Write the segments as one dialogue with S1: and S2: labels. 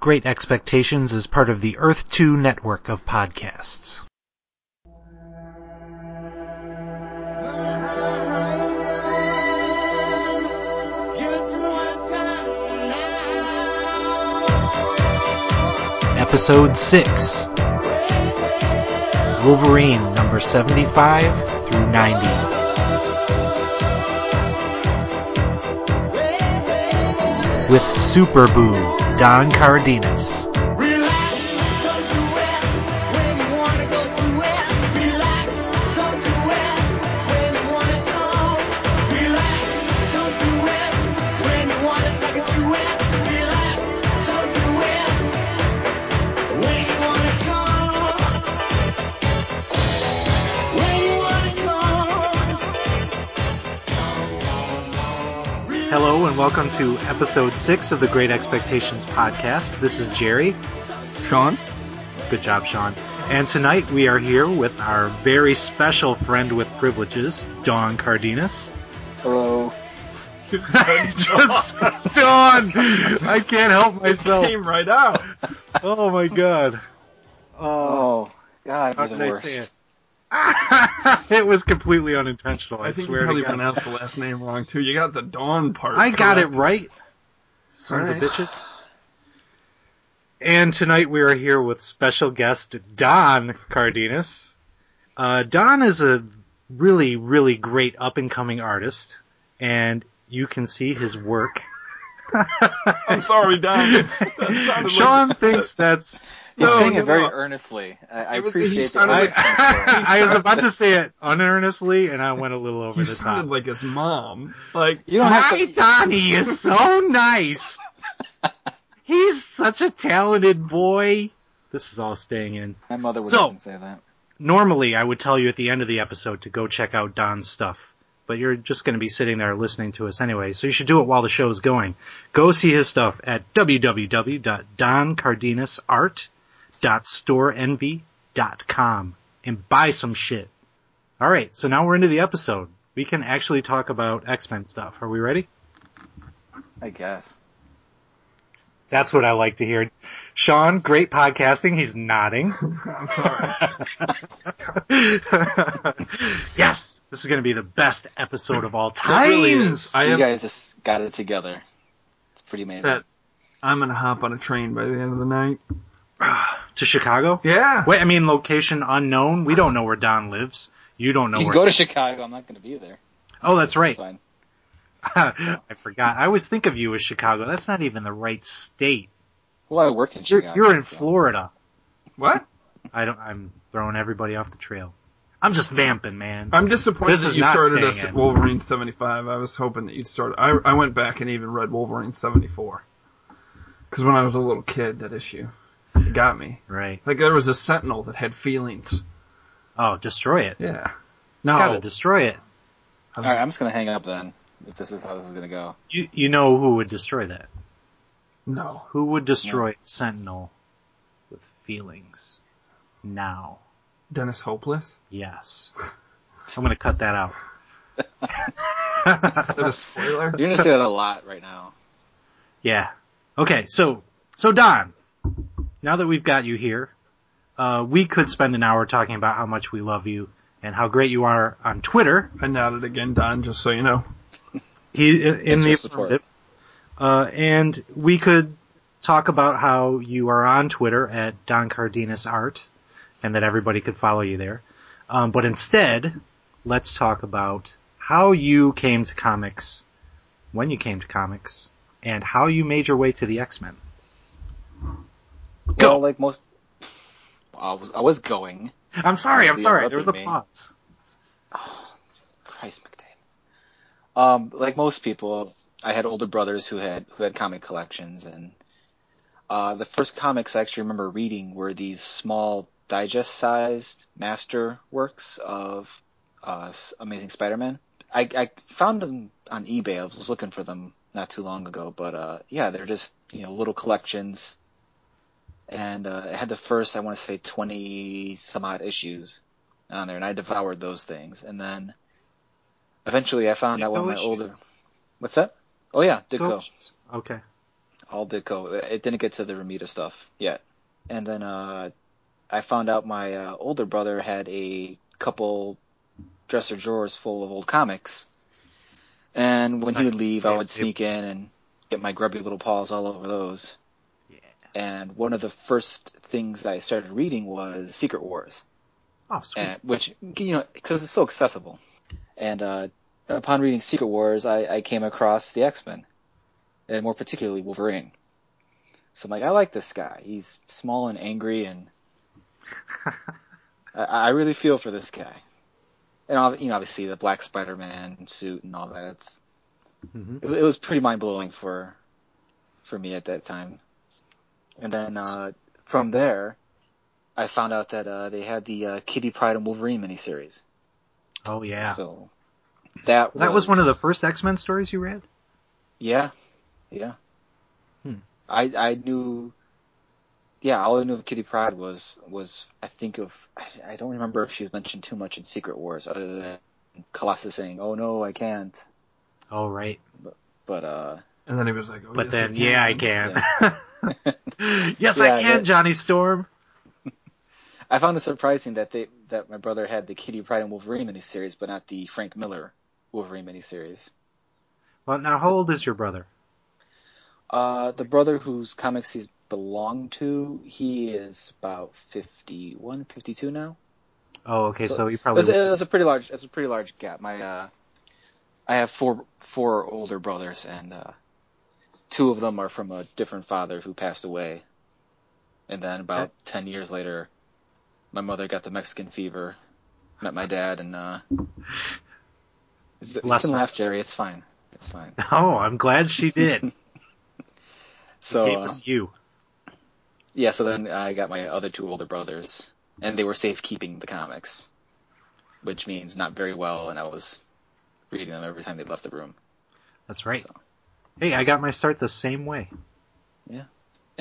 S1: Great Expectations is part of the Earth Two network of podcasts. Episode 6 Wolverine number 75 through 90. with Super Boo, Don Cardenas. Hello and welcome to episode six of the Great Expectations podcast. This is Jerry.
S2: Sean?
S1: Good job, Sean. And tonight we are here with our very special friend with privileges, Don Cardenas.
S3: Hello.
S1: I just Don, I can't help myself.
S4: came right out.
S1: Oh my god. Oh,
S3: Oh, God,
S1: how
S3: you're
S1: did
S3: the
S1: I
S3: worst.
S1: say it? it was completely unintentional. I,
S4: I think you
S1: swear to
S4: probably
S1: God.
S4: pronounced the last name wrong too. You got the Dawn part.
S1: I got it
S4: correct.
S1: right. Sons
S4: Alright.
S1: of bitches. And tonight we are here with special guest Don Cardenas. Uh, Don is a really, really great up and coming artist, and you can see his work.
S4: I'm sorry, Don. That sounded
S1: Sean
S4: like-
S1: thinks that's.
S3: He's
S4: No,
S3: saying
S4: no,
S3: it very
S4: no.
S3: earnestly. I, I
S4: It was-
S3: appreciate
S4: he sounded
S3: the
S1: I,
S3: words he's saying.
S1: I was about to say it unearnestly, and I went a little over
S4: you
S1: the
S4: sounded
S1: top.
S4: like his mom. Like
S3: You don't have
S1: My
S3: to.
S1: Donnie is so nice. He's such a talented boy. This is all staying in.
S3: My mother would
S1: So-
S3: not say that.
S1: Normally, I would tell you at the end of the episode to go check out Don's stuff, but you're just going to be sitting there listening to us anyway, so you should do it while the show is going. Go see his stuff at www.doncardenasart.storeenvy.com and buy some shit. All right, so now we're into the episode. We can actually talk about X-Men stuff. Are we ready?
S3: I guess.
S1: That's what I like to hear. Sean, great podcasting. He's nodding.
S4: I'm sorry.
S1: yes, this is going to be the best episode of all
S4: It
S1: time.
S4: really is. I
S3: you
S4: am,
S3: guys just got it together. It's pretty amazing.
S4: That- I'm gonna hop on a train by the end of the night.
S1: Ah, To Chicago?
S4: Yeah.
S1: Wait, I mean location unknown. We don't know where Don lives. You don't know
S3: you can
S1: where.
S3: go to Chicago. I'm not going to be there.
S1: oh, that's right.
S3: It's fine.
S1: I forgot. I always think of you as Chicago. That's not even the right state.
S3: Well, I work in
S1: You're,
S3: Chicago.
S1: you're in
S3: so-
S1: Florida.
S4: What?
S1: I don't. I'm throwing everybody off the trail. I'm just vamping, man.
S4: I'm disappointed
S1: This is
S4: that you
S1: not
S4: started
S1: staying
S4: us at
S1: in.
S4: Wolverine 75. I was hoping that you'd start. I I went back and even read Wolverine 74 because when I was a little kid, that issue it got me.
S1: Right.
S4: Like there was a Sentinel that had feelings.
S1: Oh, destroy it.
S4: Yeah. No.
S1: Gotta destroy it.
S4: I
S3: All
S4: was-
S3: right, I'm just going to hang up then. If this is how this is going to go.
S1: You you know who would destroy that?
S4: No.
S1: Who would destroy Sentinel with feelings? Now.
S4: Dennis Hopeless?
S1: Yes. I'm gonna cut that out.
S4: Is that a spoiler?
S3: You're going to say that a lot right now.
S1: Yeah. Okay, so, so Don, now that we've got you here, uh, we could spend an hour talking about how much we love you and how great you are on Twitter.
S4: I nodded again, Don, just so you know.
S1: He, in
S3: Thanks
S1: the
S3: for support.
S1: affirmative. Uh, and we could talk about how you are on Twitter at Don Cardenas Art and that everybody could follow you there. Um, but instead, let's talk about how you came to comics, when you came to comics, and how you made your way to the X-Men. Go.
S3: Well, like most. I was, I was going.
S1: I'm sorry, I'm
S3: Yeah,
S1: sorry.
S3: that
S1: There was a
S3: didn't mean-
S1: pause.
S3: Christ McDade. Um, like most people, I had older brothers who had who had comic collections, and uh, the first comics I actually remember reading were these small digest-sized master works of uh, S- Amazing Spider-Man. I, I found them on eBay. I was looking for them not too long ago, but uh, yeah, they're just you know little collections, and uh, it had the first I want to say twenty some odd issues on there, and I devoured those things, and then. Eventually, I found out one of
S1: Ditko
S3: my
S1: issues?
S3: older. What's that? Oh yeah, Ditko.
S1: Okay.
S3: all Ditko. It didn't get to the Ramita stuff yet. And then uh, I found out my uh, older brother had a couple dresser drawers full of old comics. And when he would leave, I would sneak in and get my grubby little paws all over those. And one of the first things I started reading was Secret Wars
S1: Oh, sweet.
S3: and, which you know because it's so accessible. And uh, upon reading Secret Wars, I, I came across the X Men, and more particularly Wolverine. So I'm like, I like this guy. He's small and angry, and I, I really feel for this guy. And ob- you know, obviously the Black Spider Man suit and all that. It's
S1: Mhm.
S3: it, it was pretty mind blowing for for me at that time. And then uh, from there, I found out that uh, they had the uh, Kitty Pride and Wolverine miniseries.
S1: Oh yeah.
S3: So that
S1: that was one of the first X Men stories you read.
S3: yeah, yeah.
S1: Hmm.
S3: I I knew. Yeah, all I knew of Kitty Pride was was I think of I, I don't remember if she was mentioned too much in Secret Wars other than Colossus saying, "Oh no, I can't."
S1: Oh right.
S3: But uh,
S4: And then he was like, oh,
S1: But
S4: yes,
S1: then, yeah, I can. yes,
S3: Yeah,
S1: I can,
S3: that-
S1: Johnny Storm.
S3: I found it surprising that they that my brother had the Kitty Pride and Wolverine miniseries, but not the Frank Miller Wolverine miniseries.
S1: Well, now how old is your brother?
S3: Uh, the brother whose comics he's belonged to, he is about 51, 52 now.
S1: Oh, okay, so,
S3: So-
S1: he
S3: That's,
S1: probably.
S3: that's a pretty large. That's a pretty large gap. My uh, I have four four older brothers, and uh, two of them are from a different father who passed away, and then about ten years later, my mother got the Mexican fever, met my dad, and uh, it's, you
S1: Bless
S3: can
S1: her.
S3: laugh, Jerry. It's fine. It's fine.
S1: Oh, I'm glad she did.
S3: So
S1: Gave
S3: uh,
S1: us you.
S3: yeah, so then I got my other two older brothers, and they were safekeeping the comics, which means not very well, and I was reading them every time they left the room.
S1: That's right. Hey, I got my start the same way.
S3: And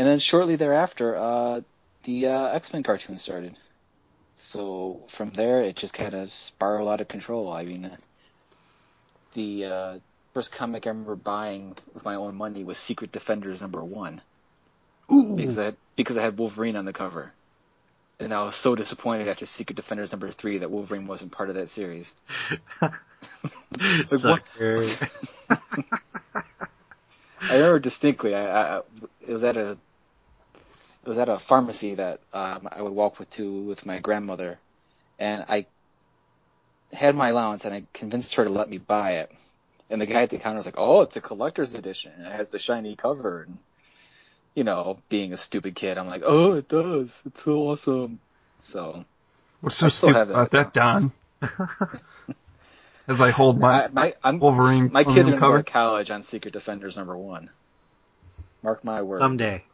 S3: then shortly thereafter, uh, the uh, X Men cartoon started. So from there, it just kind of spiraled out of control. I mean, the uh, first comic I remember buying with my own money was Secret Defenders number one because
S4: Hmm.
S1: Ooh,
S3: I because I had Wolverine on the cover, and I was so disappointed after Secret Defenders number three that Wolverine wasn't part of that series.
S1: sucker.
S3: I remember distinctly. I, I it was at a it was at a pharmacy that um, I would walk with to with my grandmother, and I had my allowance and I convinced her to let me buy it. And the guy at the counter was like, "Oh, it's a collector's edition. and It has the shiny cover." And you know, being a stupid kid, I'm like, "Oh, it does. It's so awesome." So
S4: What's so
S3: I still
S4: stupid
S3: have that.
S4: about that, Don? As I hold my,
S3: I, my I'm,
S4: Wolverine
S3: my kids are going
S4: Wolverine
S3: to go
S4: Oh, cover.
S3: to college on Secret Defenders number one. Mark my words.
S1: Someday.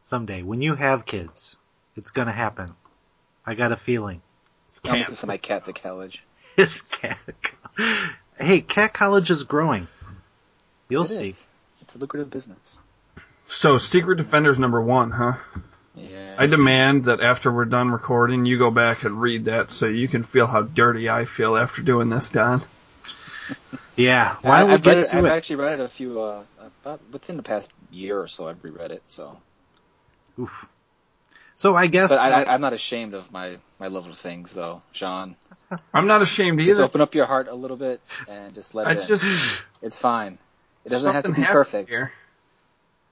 S1: Someday. When you have kids, it's gonna happen. I got a feeling.
S3: I'm going to send my cat to college.
S1: This cat. Hey, cat college is growing. You'll
S3: It
S1: see.
S3: is. It's a lucrative business.
S4: So, Secret Defenders number one, huh?
S3: Yeah.
S4: I demand that after we're done recording, you go back and read that so you can feel how dirty I feel after doing this, Don.
S1: Yeah. Why don't we
S3: I've,
S1: get
S3: read it,
S1: to
S3: I've
S1: it?
S3: actually read it a few, uh, about within the past year or so. I've reread it, so.
S1: Oof. So I guess
S3: But I, I, I'm not ashamed of my my love of things, though, Sean.
S4: I'm not ashamed
S3: Just
S4: either.
S3: open up your heart a little bit and just let
S4: I
S3: it. in.
S4: just
S3: It's fine. It doesn't have to
S4: something
S3: be
S4: happened
S3: perfect.
S4: here.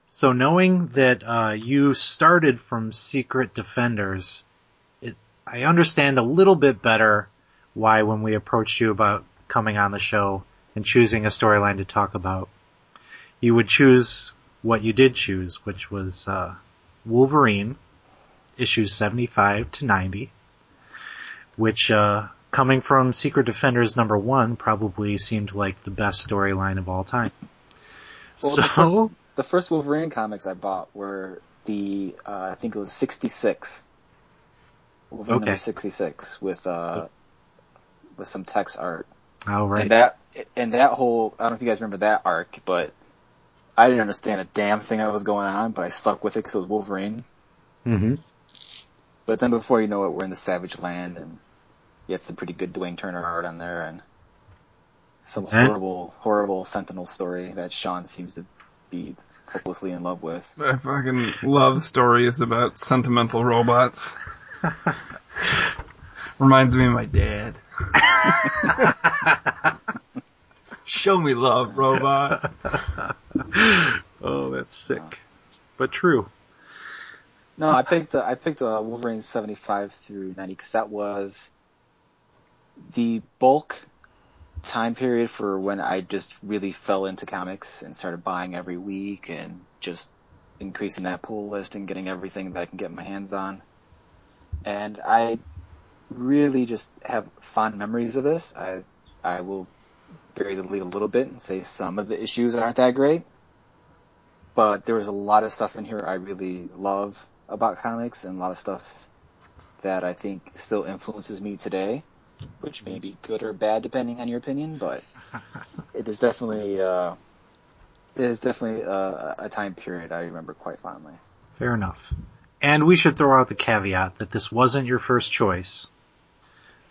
S1: So knowing that uh, you started from Secret Defenders, it, I understand a little bit better why when we approached you about coming on the show and choosing a storyline to talk about, you would choose what you did choose, which was uh, Wolverine, issues 75 to 90, which uh, coming from Secret Defenders number one probably seemed like the best storyline of all time.
S3: Well,
S1: so.
S3: the first- The first Wolverine comics I bought were the uh, I think it was '66. Wolverine
S1: Okay.
S3: number '66 with uh, with some text art.
S1: All right.
S3: And that and that whole I don't know if you guys remember that arc, but I didn't understand a damn thing that was going on, but I stuck with it because it was Wolverine.
S1: Mm-hmm.
S3: But then before you know it, we're in the Savage Land, and you had some pretty good Dwayne Turner art on there, and some
S1: Okay.
S3: horrible, horrible Sentinel story that Sean seems to be hopelessly in love with.
S4: I fucking love stories about sentimental robots. Reminds me of my dad. Show me love, robot.
S1: Oh, that's sick, but true.
S3: No, I picked uh, I picked uh, Wolverine seventy five through ninety because that was the bulk time period for when I just really fell into comics and started buying every week and just increasing that pull list and getting everything that I can get my hands on. And I really just have fond memories of this. I I will bury the lead a little bit and say some of the issues aren't that great, but there was a lot of stuff in here I really love about comics and a lot of stuff that I think still influences me today, which may be good or bad depending on your opinion, but it is definitely uh, it is definitely uh, a time period I remember quite fondly.
S1: Fair enough. And we should throw out the caveat that this wasn't your first choice.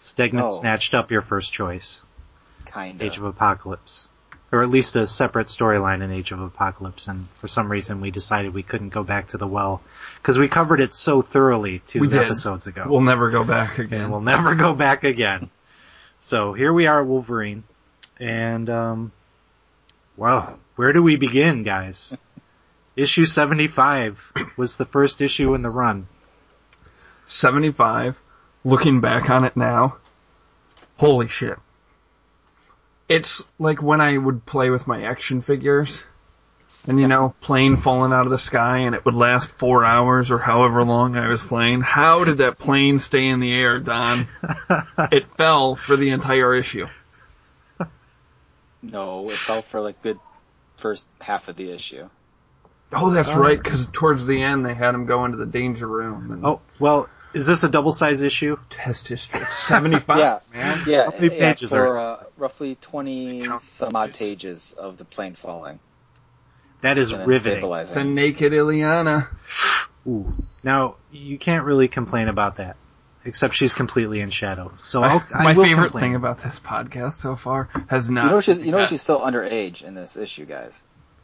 S1: Stegman
S3: No.
S1: snatched up your first choice,
S3: Kind
S1: Age of
S3: of.
S1: Apocalypse. Or at least a separate storyline in Age of Apocalypse, and for some reason we decided we couldn't go back to the well, because we covered it so thoroughly two
S4: We did.
S1: episodes ago.
S4: We'll never go back
S1: and
S4: again.
S1: we'll never go back again. So here we are at Wolverine, and um, wow, where do we begin, guys? issue seventy-five was the first issue in the run.
S4: 75, looking back on it now, holy shit. It's like when I would play with my action figures, and you know, plane falling out of the sky, and it would last four hours or however long I was playing. How did that plane stay in the air, Don? it fell for the entire issue.
S3: No, it fell for like good first half of the issue.
S4: Oh, that's right, because towards the end they had him go into the danger room and
S1: Oh well, is this a double-size issue?
S4: test his strength. 75,
S3: Yeah.
S4: man.
S3: Yeah,
S1: How many
S3: yeah,
S1: pages
S3: for
S1: are-
S3: uh, roughly twenty
S4: Count
S3: some odd
S4: pages.
S3: pages of the plane falling
S1: That is
S3: and then
S1: riveting.
S4: It's a
S3: stabilizing.
S4: naked Ileana.
S1: Ooh. Now you can't really complain about that, except she's completely in shadow. So I'll, I
S4: my
S1: will
S4: favorite
S1: complain.
S4: thing about this podcast so far has not.
S3: You know she's you know
S4: Yeah.
S3: she's still underage in this issue, guys.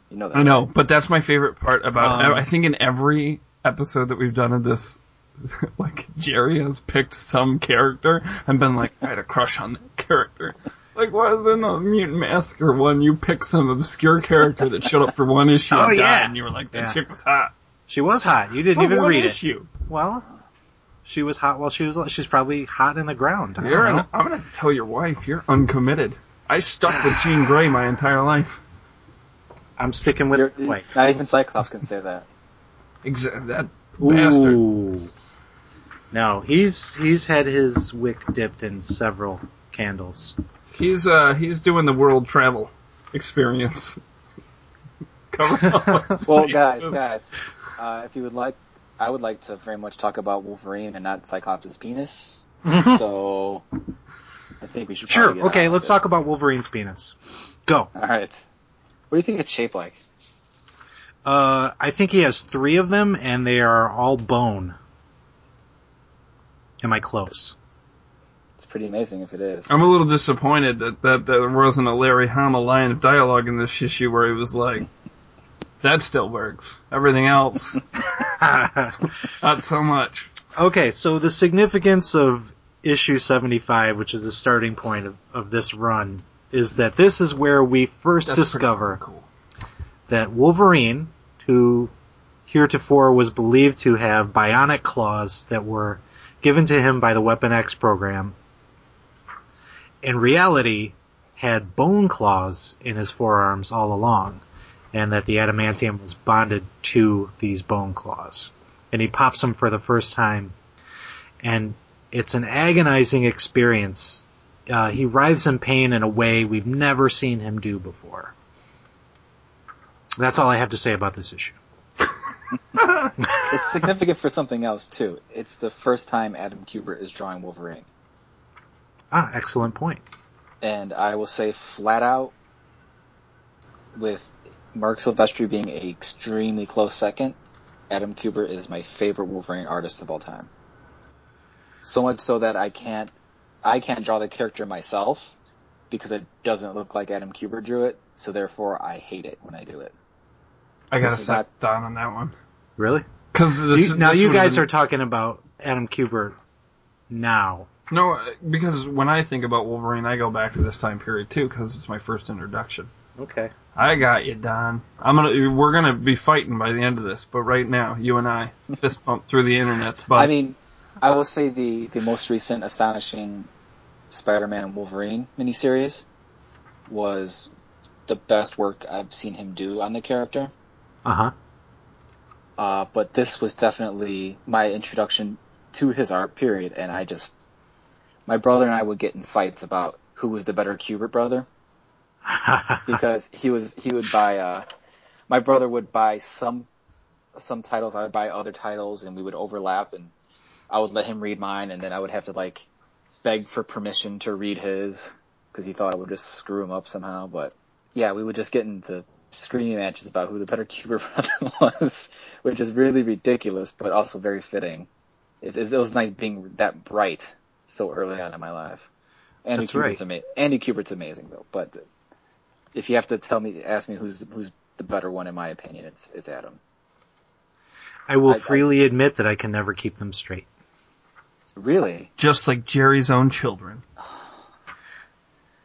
S3: You know that.
S4: I know, but that's my favorite part about.
S1: Um,
S4: I think in every episode that we've done of this, like Jerry has picked some character and been like, I had a crush on that character. Like, why is in the Mutant Massacre one you pick some obscure character that showed up for one issue
S1: Oh,
S4: and died,
S1: yeah.
S4: and you were like, that
S1: Yeah.
S4: chick was hot.
S1: She was hot. You didn't
S4: For
S1: even
S4: one
S1: read it.
S4: issue.
S1: Well, she was hot while she was. She's probably hot in the ground. I don't
S4: You're
S1: know.
S4: an, I'm gonna tell your wife you're uncommitted. I stuck with Jean Grey my entire life.
S1: I'm sticking with
S3: You're-
S1: my wife.
S3: Not even Cyclops can say that.
S4: Exa- that bastard.
S1: Ooh. No, he's he's had his wick dipped in several candles.
S4: He's uh he's doing the world travel experience. Covering all his
S3: Well,
S4: bases.
S3: guys, guys, uh, if you would like, I would like to very much talk about Wolverine and not Cyclops' penis. so I think we should.
S1: Mm-hmm.
S4: Oh,
S1: Sure.
S3: probably get on
S1: Okay,
S3: with
S1: let's
S3: it.
S1: talk about Wolverine's penis. Go.
S3: All right. What do you think it's shaped like?
S1: Uh, I think he has three of them, and they are all bone. Am I close?
S3: It's pretty amazing if it is.
S4: I'm a little disappointed that, that there wasn't a Larry Hama line of dialogue in this issue where he was like, "That still works. Everything else, not so much."
S1: Okay, so the significance of issue 75, which is the starting point of, of this run, is that this is where we first
S4: That's
S1: discover
S4: pretty cool.
S1: that Wolverine, who heretofore was believed to have bionic claws that were given to him by the Weapon X program, in reality had bone claws in his forearms all along, and that the adamantium was bonded to these bone claws. And he pops them for the first time, and it's an agonizing experience. Uh, he writhes in pain in a way we've never seen him do before. That's all I have to say about this issue.
S3: It's significant for something else too. It's the first time Adam Kubert is drawing Wolverine,
S1: Ah, excellent point.
S3: and I will say flat out, with Mark Silvestri being a extremely close second, Adam Kubert is my favorite Wolverine artist of all time. So much so that I can't, I can't draw the character myself because it doesn't look like Adam Kubert drew it. So therefore, I hate it when I do it.
S4: I gotta
S3: This is
S4: set down on that one.
S1: Really?
S4: Because this,
S1: You- now
S4: this
S1: you
S4: would've
S1: guys
S4: been-
S1: are talking about Adam Kubert now.
S4: no, uh, because when I think about Wolverine, I go back to this time period too, because it's my first introduction.
S1: Okay.
S4: I got you, Don. I'm gonna, we're gonna be fighting by the end of this, but right now, you and I fist bump through the internet's but
S3: I mean, I will say the the most recent astonishing Spider-Man and Wolverine miniseries was the best work I've seen him do on the character.
S1: Uh huh.
S3: Uh, but this was definitely my introduction to his art period, and I just my brother and I would get in fights about who was the better Kubert brother because he was he would buy uh my brother would buy some some titles I would buy other titles and we would overlap and I would let him read mine and then I would have to like beg for permission to read his because he thought I would just screw him up somehow but yeah we would just get into screaming matches about who the better Cuber brother was which is really ridiculous but also very fitting it, it was nice being that bright so early on in my life Andy
S1: That's right.
S3: Kubert's ama- Andy Kubert's amazing though but if you have to tell me, ask me who's who's the better one in my opinion, it's it's Adam.
S1: I will
S3: I- I-
S1: freely admit that I can never keep them straight.
S3: Really?
S4: just like Jerry's own children.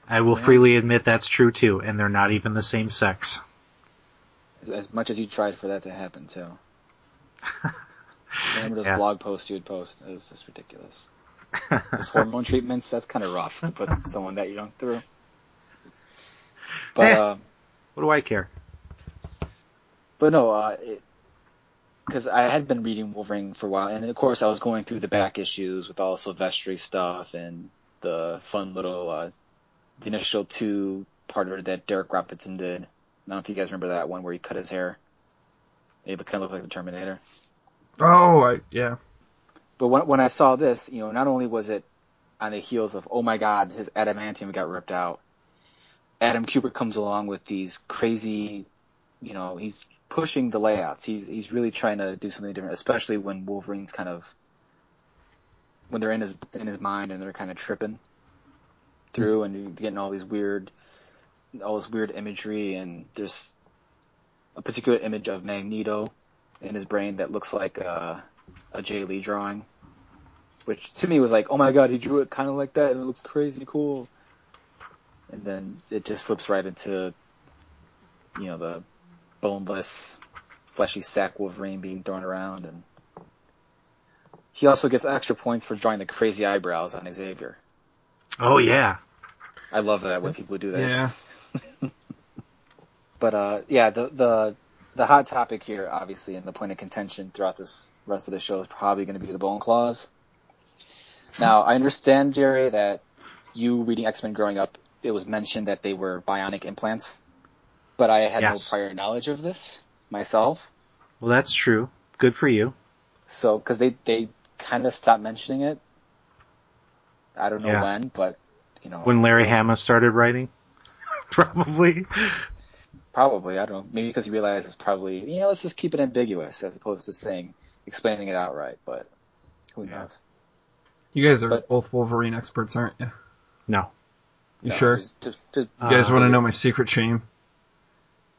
S1: I will freely admit that's true too, and they're not even the same sex.
S3: As, as much as you tried for that to happen too. Remember those
S1: Yeah.
S3: blog posts you would post? It's just ridiculous. Those hormone treatments, that's kind of rough to put someone that young through. But
S1: Eh.
S3: uh,
S1: What do I care?
S3: but no, uh, because I had been reading Wolverine for a while, and of course I was going through the back issues with all Silvestri stuff and the fun little uh, the initial two parter that Derek Robinson did. I don't know if you guys remember that one where he cut his hair. It kind of looked like the Terminator.
S4: Oh, I, yeah.
S3: But when when I saw this, you know, not only was it on the heels of oh my god, his adamantium got ripped out. Adam Kubert comes along with these crazy, you know, he's pushing the layouts. He's he's really trying to do something different, especially when Wolverine's kind of when they're in his in his mind and they're kind of tripping through and you're getting all these weird all this weird imagery and there's a particular image of Magneto in his brain that looks like uh a Jay Lee drawing, which to me was like, oh my god, he drew it kind of like that, and it looks crazy cool. And then it just flips right into, you know, the boneless, fleshy sack Wolverine being thrown around, and he also gets extra points for drawing the crazy eyebrows on Xavier.
S1: Oh yeah.
S3: I love that when people do that.
S4: Yeah.
S3: but uh, yeah, the the the hot topic here, obviously, and the point of contention throughout this rest of the show is probably going to be the bone claws. Now, I understand, Jerry, that you reading X Men growing up, it was mentioned that they were bionic implants, but I had
S1: Yes.
S3: no prior knowledge of this myself.
S1: Well, that's true. Good for you.
S3: So, because they they kind of stopped mentioning it. I don't know
S1: Yeah.
S3: when, but you know,
S1: When Larry Hama started writing, probably.
S3: Probably, I don't know. Maybe because you realize it's probably, you know, let's just keep it ambiguous as opposed to saying, explaining it outright, but who
S1: Yeah.
S3: knows?
S4: You guys are
S3: But-
S4: both Wolverine experts, aren't you?
S1: No,
S4: You
S3: No,
S4: sure?
S3: there's- there's- there's-
S4: You guys
S1: Uh,
S4: want to know my secret shame?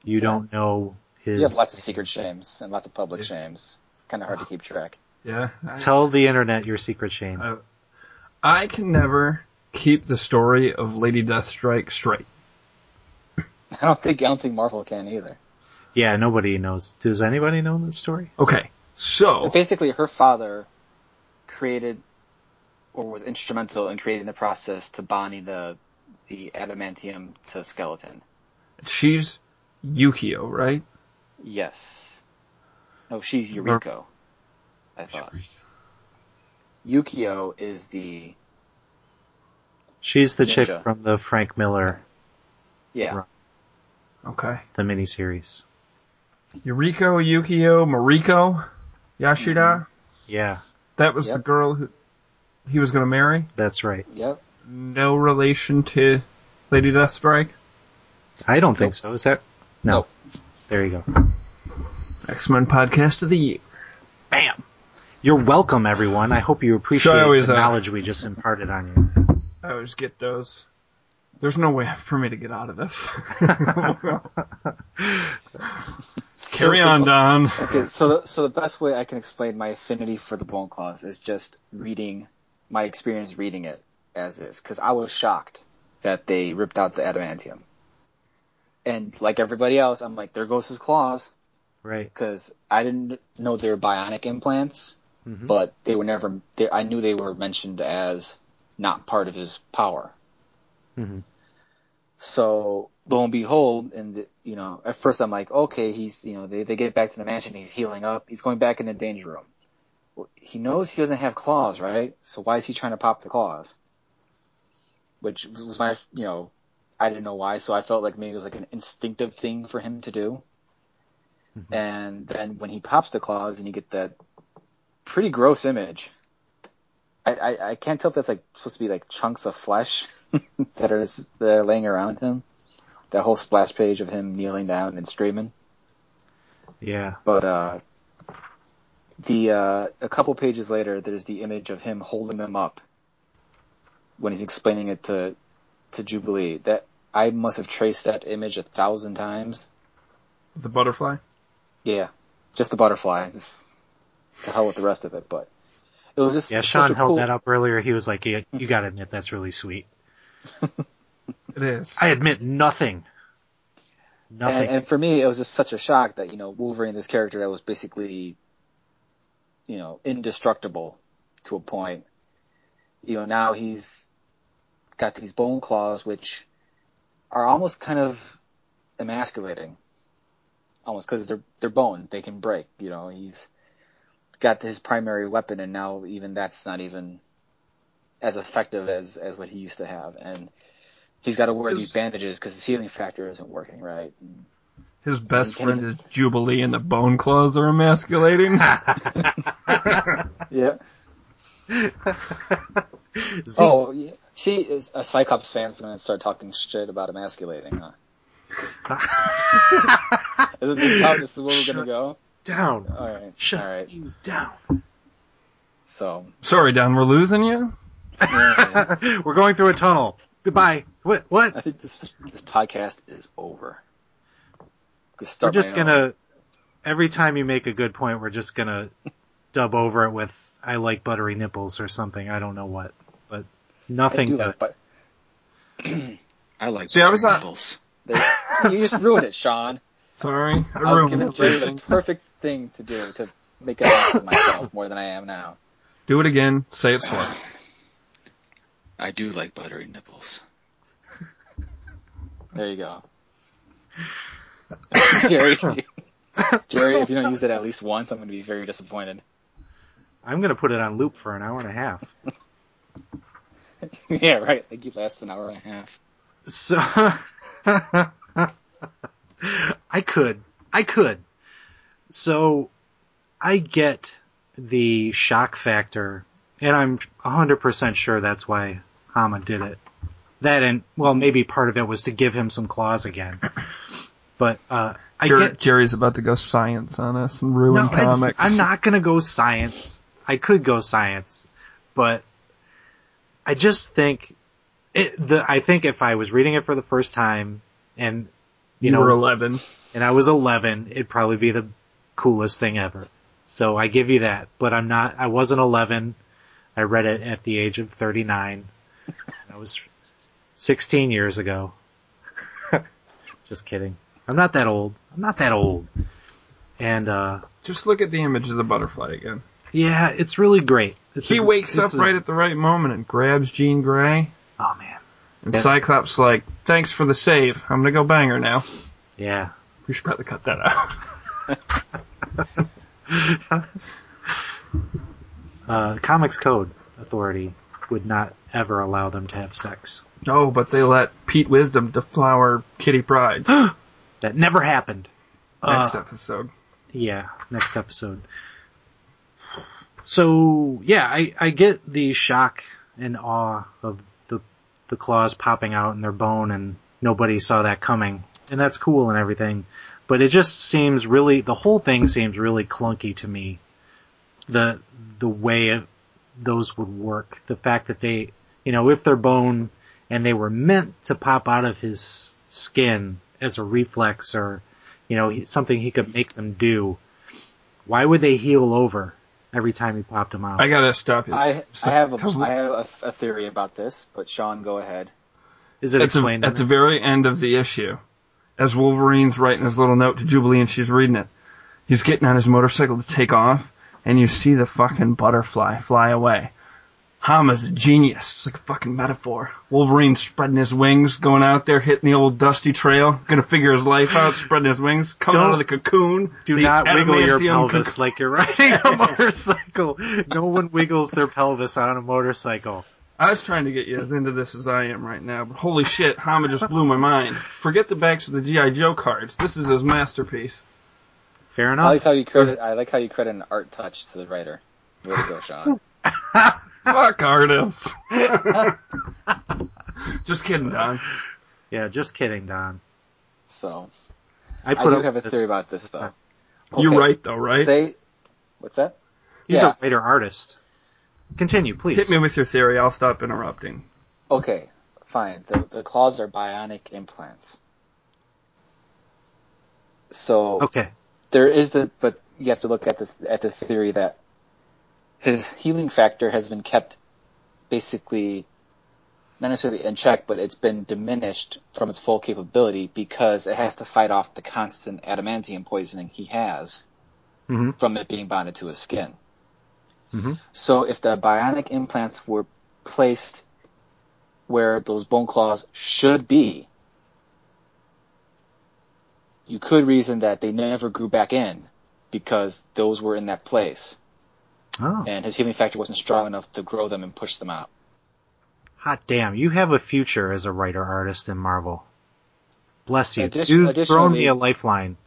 S1: you don't know his.
S3: you have lots of secret shames and lots of public shames. It's kind of hard
S4: Uh.
S3: to keep track.
S4: Yeah. I,
S1: Tell the internet your secret shame.
S4: Uh, I can never keep the story of Lady Deathstrike straight.
S3: I don't think, I don't think Marvel can either.
S1: yeah, nobody knows. Does anybody know this story?
S4: Okay. So,
S3: But basically, her father created or was instrumental in creating the process to bonding the, the adamantium to skeleton.
S4: she's Yukio, right?
S3: Yes. No, she's Yuriko. I thought. Yukio is the
S1: She's the chick
S3: Ninja.
S1: from the Frank Miller,
S3: yeah.
S1: Right.
S4: Okay.
S1: the miniseries.
S4: Yuriko, Yukio, Mariko, Yashida.
S1: Yeah,
S4: That was
S3: Yep.
S4: the girl who he was going to marry.
S1: that's right.
S3: Yep.
S4: No relation to Lady Deathstrike.
S1: I don't think so. Is that? No.
S3: Nope.
S1: There you go.
S4: X Men podcast of the year.
S1: Bam. You're welcome, everyone. I hope you appreciate
S4: So I always,
S1: the
S4: uh,
S1: knowledge we just imparted on you.
S4: I always get those. There's no way for me to get out of this. Carry on, Don.
S3: Okay, so the, so the best way I can explain my affinity for the Bone Claws is just reading my experience reading it as is, because I was shocked that they ripped out the adamantium, and like everybody else, I'm like, there goes his claws,
S1: Right.
S3: because I didn't know they were bionic implants, but they were never. They, I knew they were mentioned as not part of his power.
S1: Mhm.
S3: So lo and behold, and the- you know, at first I'm like, okay, he's you know, they they get back to the mansion, he's healing up, he's going back in the danger room. Well, He knows he doesn't have claws, right? So why is he trying to pop the claws? Which was my, you know, I didn't know why, so I felt like maybe it was like an instinctive thing for him to do. Mm-hmm. And then when he pops the claws and you get that pretty gross image, I, I, I can't tell if that's like supposed to be like chunks of flesh that are s- that are laying around him. That whole splash page of him kneeling down and screaming.
S1: Yeah.
S3: But uh, the uh, a couple pages later, there's the image of him holding them up when he's explaining it to to Jubilee. That I must have traced that image a thousand times.
S4: The butterfly.
S3: Yeah, just the butterfly. Just to hell with the rest of it, but it was just
S1: Yeah,
S3: such
S1: Sean
S3: a
S1: held
S3: cool-
S1: that up earlier. He was like, you, you gotta admit that's really sweet.
S4: It is.
S1: I admit nothing. Nothing.
S3: And, and for me, it was just such a shock that you know Wolverine, this character that was basically, you know, indestructible to a point. You know, now he's got these bone claws, which are almost kind of emasculating, almost because they're they're bone, they can break. You know, he's got his primary weapon, and now even that's not even as effective as as what he used to have, and. He's got to wear these bandages because his healing factor isn't working, right?
S4: His best
S3: He can't
S4: friend
S3: even-
S4: is Jubilee, and the bone claws are emasculating.
S3: Yeah.
S1: Zeke,
S3: Oh, yeah. see, is- a Cyclops fan's gonna start talking shit about emasculating, huh? is this, how, this is where we're gonna go?
S1: down.
S3: Alright,
S1: Shut
S3: alright.
S1: you down.
S3: So,
S4: Sorry, Don, we're losing you.
S3: yeah,
S1: We're going through a tunnel. Goodbye. What?
S3: I
S1: What?
S3: think this this podcast is over. Could
S1: We're
S3: start
S1: just
S3: my own.
S1: gonna. Every time you make a good point, we're just gonna dub over it with "I like buttery nipples" or something. I don't know what, but
S3: I
S1: nothing
S3: do
S1: good.
S3: like, but I like
S4: See, I was uh, not-
S3: nipples. They- you just ruined it, Sean.
S4: Sorry, I
S3: I was
S4: ruined
S3: giving Jay the
S4: everything.
S3: perfect thing to do to make an ass of myself more than I am now.
S4: Do it again. Say it slow.
S3: I do like buttery nipples. There you go. Jerry, if you- Jerry, if you don't use it at least once, I'm going to be very disappointed.
S1: I'm gonna put it on loop for an hour and a half.
S3: yeah, right. Like you last an hour and a half.
S1: So I could. I could. So I get the shock factor and I'm 100% sure that's why Hama did it. That and well maybe part of it was to give him some claws again. But uh I
S4: Jer-
S1: get
S4: Jerry's about to go science on us and ruin
S1: no, it's-
S4: comics.
S1: I'm not gonna go science. I could go science, but I just think it, the, I think if I was reading it for the first time and, you,
S4: You
S1: know,
S4: were 11.
S1: and I was 11, it'd probably be the coolest thing ever. So I give you that, but I'm not, I wasn't 11. I read it at the age of 39. That was 16 years ago. Just kidding. I'm not that old. I'm not that old. And, uh,
S4: Just look at the image of the butterfly again.
S1: yeah, it's really great. It's
S4: He
S1: a-
S4: wakes up
S1: it's a-
S4: right at the right moment and grabs Jean Grey.
S1: Oh man.
S4: And Cyclops like, thanks for the save. I'm gonna go bang her now.
S1: Yeah.
S4: We should probably cut that out.
S1: Uh, Comics Code Authority would not ever allow them to have sex.
S4: No, but they let Pete Wisdom deflower Kitty Pride.
S1: That never happened.
S4: Next
S1: Uh,
S4: episode.
S1: Yeah, next episode. So yeah, I, I get the shock and awe of the the claws popping out in their bone and nobody saw that coming. And that's cool and everything. But it just seems really the whole thing seems really clunky to me. The the way it, those would work. The fact that they you know, if they're bone and they were meant to pop out of his skin as a reflex or you know, he, something he could make them do. Why would they heal over every time he popped them out?
S4: I gotta stop you.
S3: I
S4: So-
S3: I have a,
S4: Come-
S3: I have a, a theory about this, but Sean, go ahead.
S1: Is it
S4: at the-
S1: explained? in
S4: at the
S1: it?
S4: very end of the issue, as Wolverine's writing his little note to Jubilee and she's reading it, he's getting on his motorcycle to take off, and you see the fucking butterfly fly away. Hama's a genius. It's like a fucking metaphor. Wolverine's spreading his wings, going out there, hitting the old dusty trail, gonna figure his life out, spreading his wings, coming
S1: Don't-
S4: out of the cocoon.
S1: Do
S4: the
S1: not wiggle your
S4: adamantium
S1: pelvis
S4: cocoon.
S1: like you're riding a motorcycle. No one wiggles their pelvis on a motorcycle.
S4: I was trying to get you as into this as I am right now, but holy shit, Hama just blew my mind. Forget the backs of the G.I. Joe cards. This is his masterpiece.
S1: Fair
S3: I
S1: enough.
S3: like how you credit. I like how you credit an art touch to the writer. Way to go, Sean.
S4: Fuck artists. Just kidding, Don.
S1: Yeah, just kidding, Don.
S3: So
S1: I
S3: I
S1: put
S3: do
S1: up
S3: have a
S1: this-
S3: theory about this, though.
S4: You're
S3: Okay,
S4: right, though, right?
S3: Say, what's that?
S1: He's
S3: yeah.
S1: a writer artist. Continue, please.
S4: Hit me with your theory. I'll stop interrupting.
S3: Okay, fine. The, the claws are bionic implants. So
S1: Okay.
S3: there is the, but you have to look at the at the theory that his healing factor has been kept basically not necessarily in check, but it's been diminished from its full capability because it has to fight off the constant adamantium poisoning he has
S1: hmm
S3: from it being bonded to his skin.
S1: Mhm.
S3: So if the bionic implants were placed where those bone claws should be, you could reason that they never grew back in because those were in that place
S1: Oh,
S3: and his healing factor wasn't strong enough to grow them and push them out.
S1: hot damn! You have a future as a writer artist in Marvel. Bless you.
S3: Addition-
S1: You've thrown me
S3: additionally-
S1: a lifeline.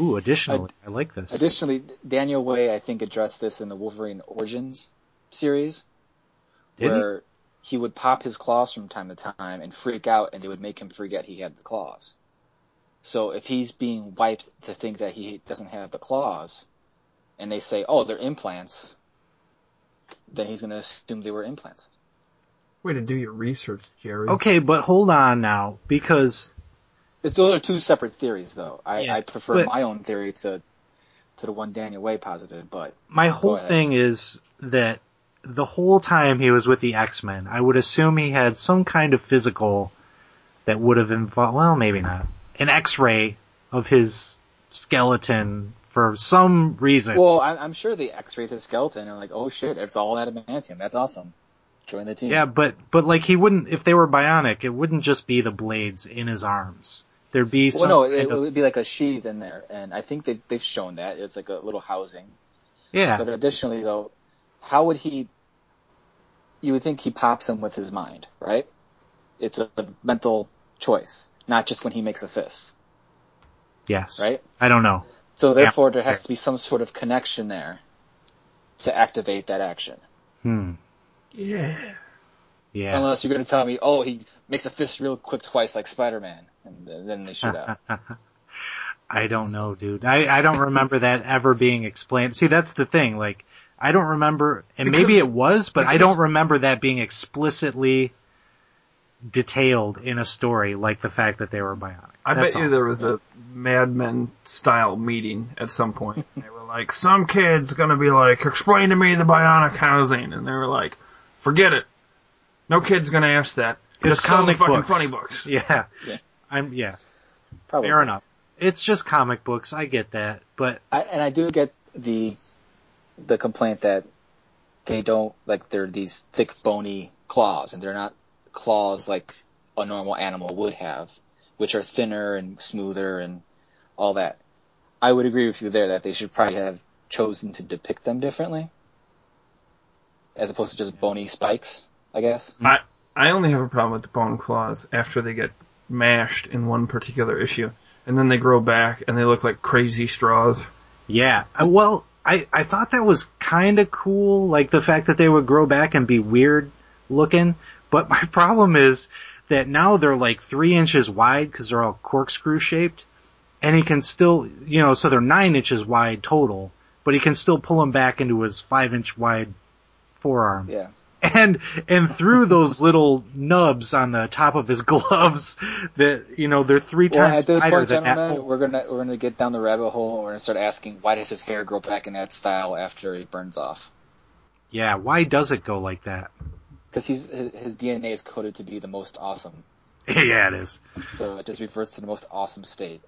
S1: Ooh, additionally, I like this.
S3: Additionally, Daniel Way, I think, addressed this in the Wolverine Origins series.
S1: Did he?
S3: where he? would pop his claws from time to time and freak out and they would make him forget he had the claws. So if he's being wiped to think that he doesn't have the claws and they say, oh, they're implants, then he's going to assume they were implants.
S4: Way to do your research, Jerry.
S1: Okay, but hold on now, because
S3: It's, those are two separate theories though. I,
S1: Yeah,
S3: I prefer
S1: but-
S3: my own theory to, to the one Daniel Way posited, but
S1: my whole
S3: ahead.
S1: thing is that the whole time he was with the X-Men, I would assume he had some kind of physical that would have involved, well, maybe not, an X-ray of his skeleton for some reason.
S3: well, I, I'm sure they x-rayed his skeleton and like, oh shit, it's all adamantium. That's awesome. Join the team.
S1: yeah, but, but like he wouldn't, if they were bionic, it wouldn't just be the blades in his arms. There'd be some
S3: Well, no,
S1: kind
S3: it,
S1: of-
S3: would be like a sheath in there, and I think they they've shown that it's like a little housing.
S1: yeah.
S3: But additionally, though, how would he? You would think he pops him with his mind, right? It's a mental choice, not just when he makes a fist,
S1: yes.
S3: right?
S1: I don't know.
S3: So therefore, there has to be some sort of connection there to activate that action.
S1: Hmm.
S4: Yeah.
S1: Yeah.
S3: Unless you're going to tell me, oh, he makes a fist real quick twice, like Spider-Man, and th- then they shoot out.
S1: I don't know, dude. I, I don't remember that ever being explained. See, that's the thing. Like, I don't remember, and maybe
S4: Because-
S1: it was, but I don't remember that being explicitly detailed in a story, like the fact that they were bionic.
S4: I
S1: That's
S4: bet you
S1: all.
S4: there was a Mad Men style meeting at some point. they were like, some kid's gonna be like, explain to me the bionic housing. And they were like, forget it. No kid's gonna ask that.
S1: It's
S4: Just sell the
S1: comic
S4: fucking
S1: books.
S4: funny books.
S1: Yeah.
S3: Yeah.
S1: I'm, yeah.
S3: Probably.
S1: Fair enough. It's just comic books. I get that, but
S3: I, and I do get the the complaint that they don't like they're these thick bony claws, and they're not claws like a normal animal would have, which are thinner and smoother and all that. I would agree with you there that they should probably have chosen to depict them differently, as opposed to just bony spikes. I guess.
S4: I I only have a problem with the bone claws after they get mashed in one particular issue, and then they grow back and they look like crazy straws.
S1: Yeah. I- Well, I, I thought that was kind of cool, like the fact that they would grow back and be weird looking. But my problem is that now they're like three inches wide because they're all corkscrew shaped, and he can still, you know, so they're nine inches wide total, but he can still pull them back into his five inch wide forearm.
S3: Yeah.
S1: and and through those little nubs on the top of his gloves, that you know they're three
S3: Well,
S1: times
S3: at this
S1: tighter
S3: point,
S1: than that.
S3: gentlemen,
S1: hole.
S3: we're gonna we're gonna get down the rabbit hole and we're gonna start asking why does his hair grow back in that style after it burns off?
S1: Yeah, why does it go like that?
S3: Because he's his his DNA is coded to be the most awesome,
S1: yeah, it is.
S3: so it just reverts to the most awesome state.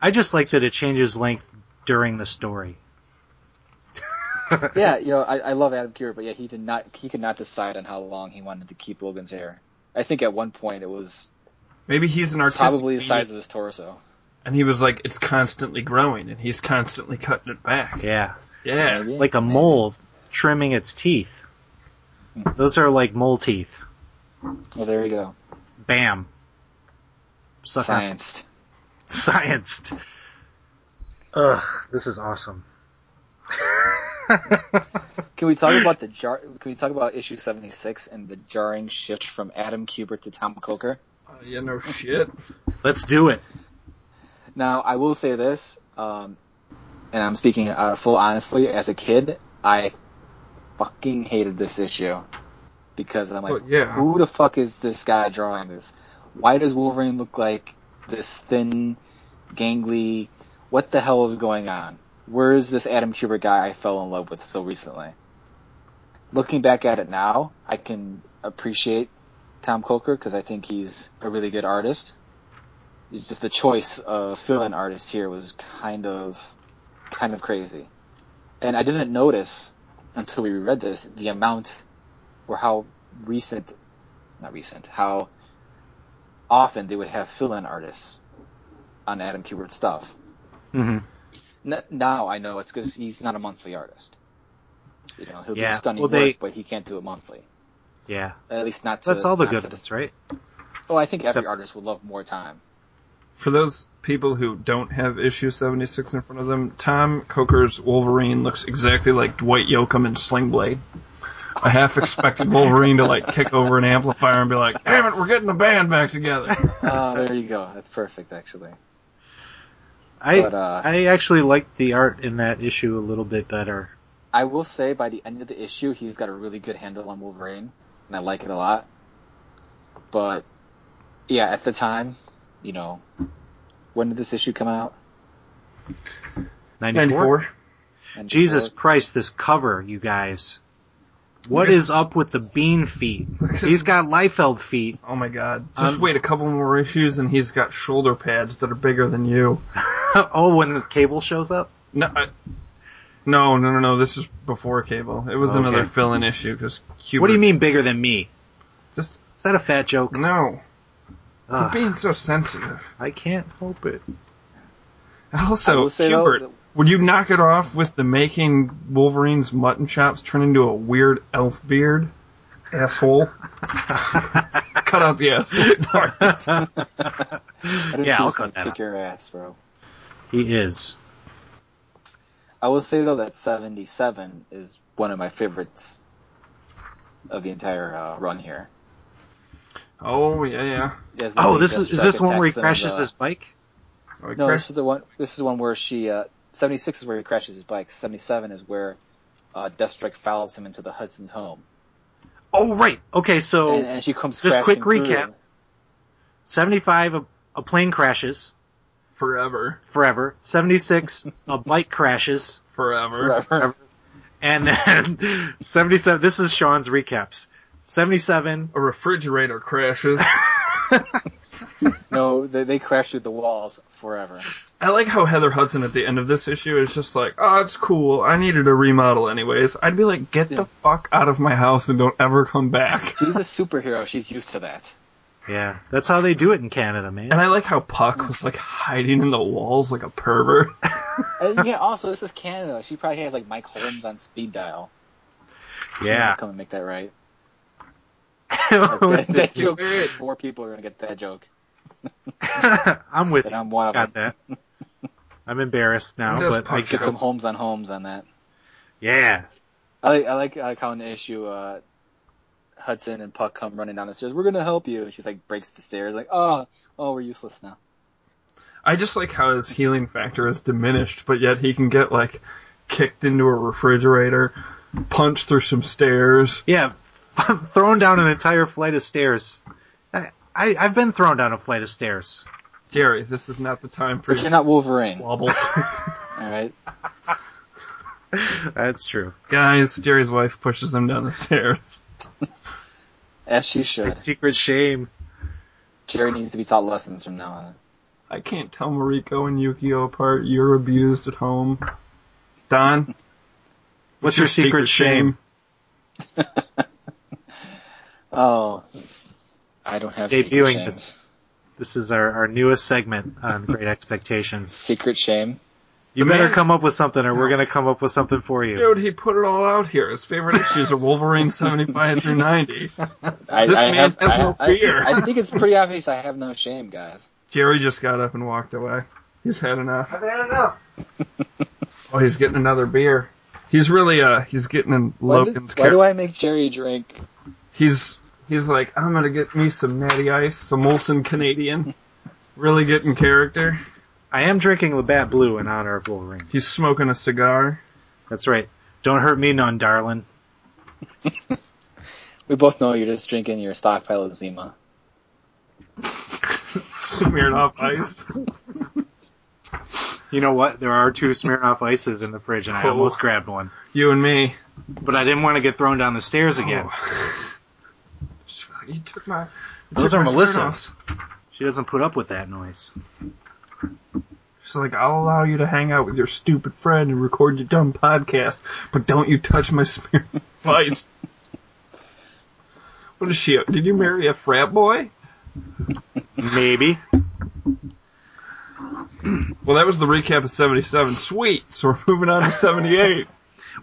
S1: I just like that it changes length during the story.
S3: yeah, you know, I, I love Adam Curie, but yeah, he did not he could not decide on how long he wanted to keep Logan's hair. I think at one point it was
S4: Maybe he's an artistic
S3: probably the size of his torso.
S4: and he was like, it's constantly growing, and he's constantly cutting it back.
S1: Yeah,
S4: Yeah,
S3: Maybe.
S1: like a
S3: Maybe.
S1: mole trimming its teeth. Those are like mole teeth.
S3: Well, there you go.
S1: Bam. Suck on-
S3: Science.
S1: Scienced. Ugh, this is awesome.
S3: Can we talk about the jar? Can we talk about issue seventy six and the jarring shift from Adam Kubert to Tom Coker?
S4: Uh, yeah, no shit.
S1: Let's do it.
S3: Now, I will say this, um, and I'm speaking uh, full honestly. As a kid, I fucking hated this issue because I'm like,
S4: Well, yeah.
S3: who the fuck is this guy drawing this? Why does Wolverine look like this thin, gangly? What the hell is going on? Where is this Adam Kubert guy I fell in love with so recently? Looking back at it now, I can appreciate Tom Coker because I think he's a really good artist it's just the choice of fill-in artist here was kind of kind of crazy. And I didn't notice until we reread this the amount or how recent not recent, how often they would have fill-in artists on Adam Kubert stuff.
S1: Mm-hmm.
S3: N- now I know it's because he's not a monthly artist. You know, he'll
S1: Yeah,
S3: do stunning
S1: well, they-
S3: work, but he can't do it monthly.
S1: Yeah,
S3: At least not to.
S1: that's all the
S3: not
S1: good
S3: to the-
S1: ones, right?
S3: Oh, I think every
S1: Except-
S3: artist would love more time.
S4: For those people who don't have issue 76 in front of them, Tom Coker's Wolverine looks exactly like Dwight Yoakam in Sling Blade. I half expected Wolverine to like kick over an amplifier and be like, "Damn it, we're getting the band back together."
S3: Oh, there you go. That's perfect, actually.
S1: I
S3: But, uh,
S1: I actually liked the art in that issue a little bit better.
S3: I will say by the end of the issue, he's got a really good handle on Wolverine, and I like it a lot. But yeah, at the time, you know, when did this issue come out?
S1: Ninety four.
S4: 94.
S3: And
S1: Jesus
S3: before-
S1: Christ, this cover, you guys. What is up with the bean feet? He's got Liefeld feet.
S4: Oh my god. Just
S1: Um,
S4: wait a couple more issues and he's got shoulder pads that are bigger than you.
S1: oh, when the cable shows up.
S4: No, I, no, no, no, no. This is before Cable. It was
S1: Okay.
S4: another fill-in issue because
S1: What do you mean bigger than me?
S4: Just
S1: Is that a fat joke?
S4: no. You're
S1: Ugh,
S4: being so sensitive.
S1: I can't help it.
S3: I
S4: Also,
S3: will say, though,
S4: Hubert,
S3: that-
S4: would you knock it off with the making Wolverine's mutton chops turn into a weird elf beard? Asshole. Cut out the asshole part.
S3: Adam
S1: Yeah, I'll cut
S3: Pearce gonna
S1: that
S3: kick
S1: out.
S3: your ass, bro.
S1: He is.
S3: I will say though that 77 is one of my favorites of the entire uh, run here.
S4: Oh yeah, yeah.
S3: That's when
S1: Oh,
S3: he
S1: this
S3: just,
S1: is is
S3: like,
S1: this one where he
S3: attacks them on
S1: crashes
S3: the-
S1: his bike?
S4: Like,
S3: No,
S4: Chris-
S3: this is the one. This is the one where she. Uh, Seventy six is where he crashes his bike. Seventy seven is where uh, Deathstrike follows him into the husband's home,
S1: Oh right. Okay, so
S3: and, uh, and she comes.
S1: just quick
S3: crashing through.
S1: recap. 75 a, a plane crashes
S4: forever,
S1: forever. 76 a bike crashes
S4: forever.
S3: Forever.
S1: and then 77 this is Sean's recaps. 77
S4: A refrigerator crashes.
S3: No, they, they crash through the walls forever.
S4: I like how Heather Hudson at the end of this issue is just like, oh, it's cool. I needed a remodel anyways. I'd be like, get
S3: Yeah.
S4: the fuck out of my house and don't ever come back.
S3: She's a superhero. She's used to that.
S1: yeah, that's how they do it in Canada, man.
S4: And I like how Puck was like hiding in the walls like a pervert.
S3: And yeah, also this is Canada. She probably has like Mike Holmes on speed dial.
S1: yeah.
S3: come and make that right. That, that
S1: I'm
S3: joke. Four people are gonna get that joke,
S1: with
S3: and
S1: you.
S3: I'm one of them.
S1: Got that. I'm embarrassed now,
S4: Windows
S1: but I
S4: punch.
S3: Get
S1: can,
S3: some Holmes on Holmes on that.
S1: yeah.
S3: I like, I like, I like how in the issue, uh, Hudson and Puck come running down the stairs. We're gonna help you. And she's like, breaks the stairs, like, oh, oh, we're useless now.
S4: I just like how his healing factor is diminished, but yet he can get like kicked into a refrigerator, punched through some stairs.
S1: Yeah. thrown down an entire flight of stairs. I, I, I've been thrown down a flight of stairs.
S4: Gary, this is not the time for
S3: But you're not Wolverine. All
S4: squabbles.
S3: right.
S1: That's true.
S4: Guys, Jerry's wife pushes him down the stairs.
S3: As she should.
S1: Secret shame.
S3: Jerry needs to be taught lessons from now on.
S4: I can't tell Mariko and Yukio apart. You're abused at home. Don, what's,
S1: What's your secret shame?
S3: Oh, I don't have
S1: Debuting
S3: secret shame.
S1: this- This is our, our newest segment on Great Expectations.
S3: secret shame.
S1: You
S4: The
S1: better
S4: man-
S1: come up with something or we're gonna come up with something for you.
S4: Dude, he put it all out here. His favorite issues are Wolverine 75 through 90.
S3: I,
S4: This
S3: I
S4: man
S3: have,
S4: has
S3: I,
S4: no
S3: I-
S4: fear.
S3: I think it's pretty obvious. I have no shame, guys.
S4: Jerry just got up and walked away. He's had enough.
S1: I've had enough.
S4: Oh, he's getting another beer. He's really, uh, he's getting in
S3: Why, did-
S4: Logan's
S3: why
S4: character.
S3: do I make Jerry drink?
S4: he's he's like, I'm gonna get me some natty ice, some Molson Canadian. Really get in character.
S1: I am drinking Labatt Blue in honor of Wolverine.
S4: He's smoking a cigar.
S1: That's right. Don't hurt me none, darling.
S3: We both know you're just drinking your stockpile of Zima.
S4: Smeared off ice.
S1: You know what? There are two Smirnoff Ices in the fridge and I
S4: Oh.
S1: almost grabbed one.
S4: You and me.
S1: But I didn't want to get thrown down the stairs again.
S4: Oh. You took my. you
S1: Those
S4: took
S1: are
S4: my skirt off.
S1: Melissa's. She doesn't put up with that noise.
S4: She's like, I'll allow you to hang out with your stupid friend and record your dumb podcast, but don't you touch my smear vice. What is she? Did you marry a frat boy?
S1: Maybe.
S4: Well, that was the recap of 77. Sweet. So we're moving on to 78.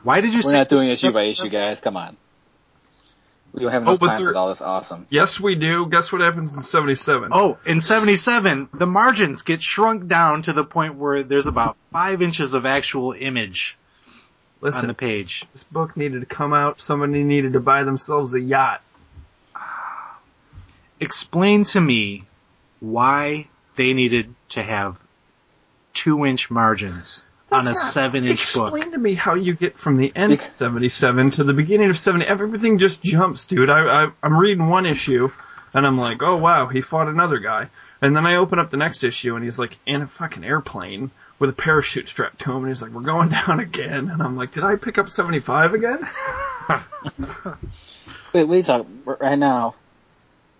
S1: Why did you
S3: We're
S1: say
S3: not doing issue by issue, guys. Come on. We don't have
S4: Oh,
S3: enough
S4: but
S3: time
S4: there-
S3: for all this awesome.
S4: yes, we do. Guess what happens in 77?
S1: Oh, in 77, the margins get shrunk down to the point where there's about five inches of actual image on
S4: Listen,
S1: the page.
S4: this book needed to come out. Somebody needed to buy themselves a yacht.
S1: Explain to me why they needed to have two inch margins on a
S4: That's not-
S1: seven inch book.
S4: Explain to me how you get from the end of 77 to the beginning of 70. Everything just jumps, dude. I, I, I'm reading one issue and I'm like, oh wow, he fought another guy. And then I open up the next issue and he's like in a fucking airplane with a parachute strapped to him and he's like, we're going down again. And I'm like, did I pick up 75 again?
S3: Wait, wait, talk right now.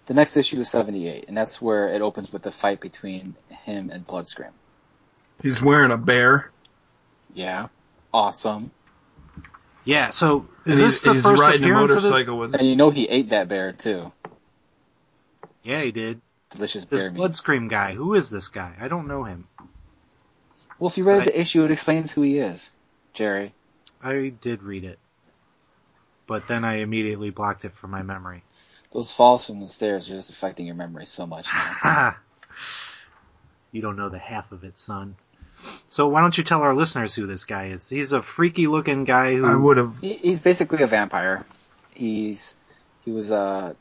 S3: The next issue is 78, and that's where it opens with the fight between him and Bloodscream.
S4: He's wearing a bear.
S3: Yeah. Awesome.
S1: Yeah, so is
S4: and
S1: this
S4: he's,
S1: the
S4: he's
S1: first
S4: riding a
S1: appearance of the-
S4: motorcycle with
S3: And you know he ate that bear too.
S1: Yeah, he did.
S3: Delicious
S1: This
S3: bear meat.
S1: Blood Scream guy. Who is this guy? I don't know him.
S3: Well, if you read
S1: Right.
S3: the issue, it explains who he is, Jerry.
S1: I did read it. But then I immediately blocked it from my memory.
S3: Those falls from the stairs are just affecting your memory so much. now.
S1: Ah. You don't know the half of it, son. So why don't you tell our listeners who this guy is? He's a freaky looking guy who
S4: I would have.
S3: he, he's basically a vampire. He's he was a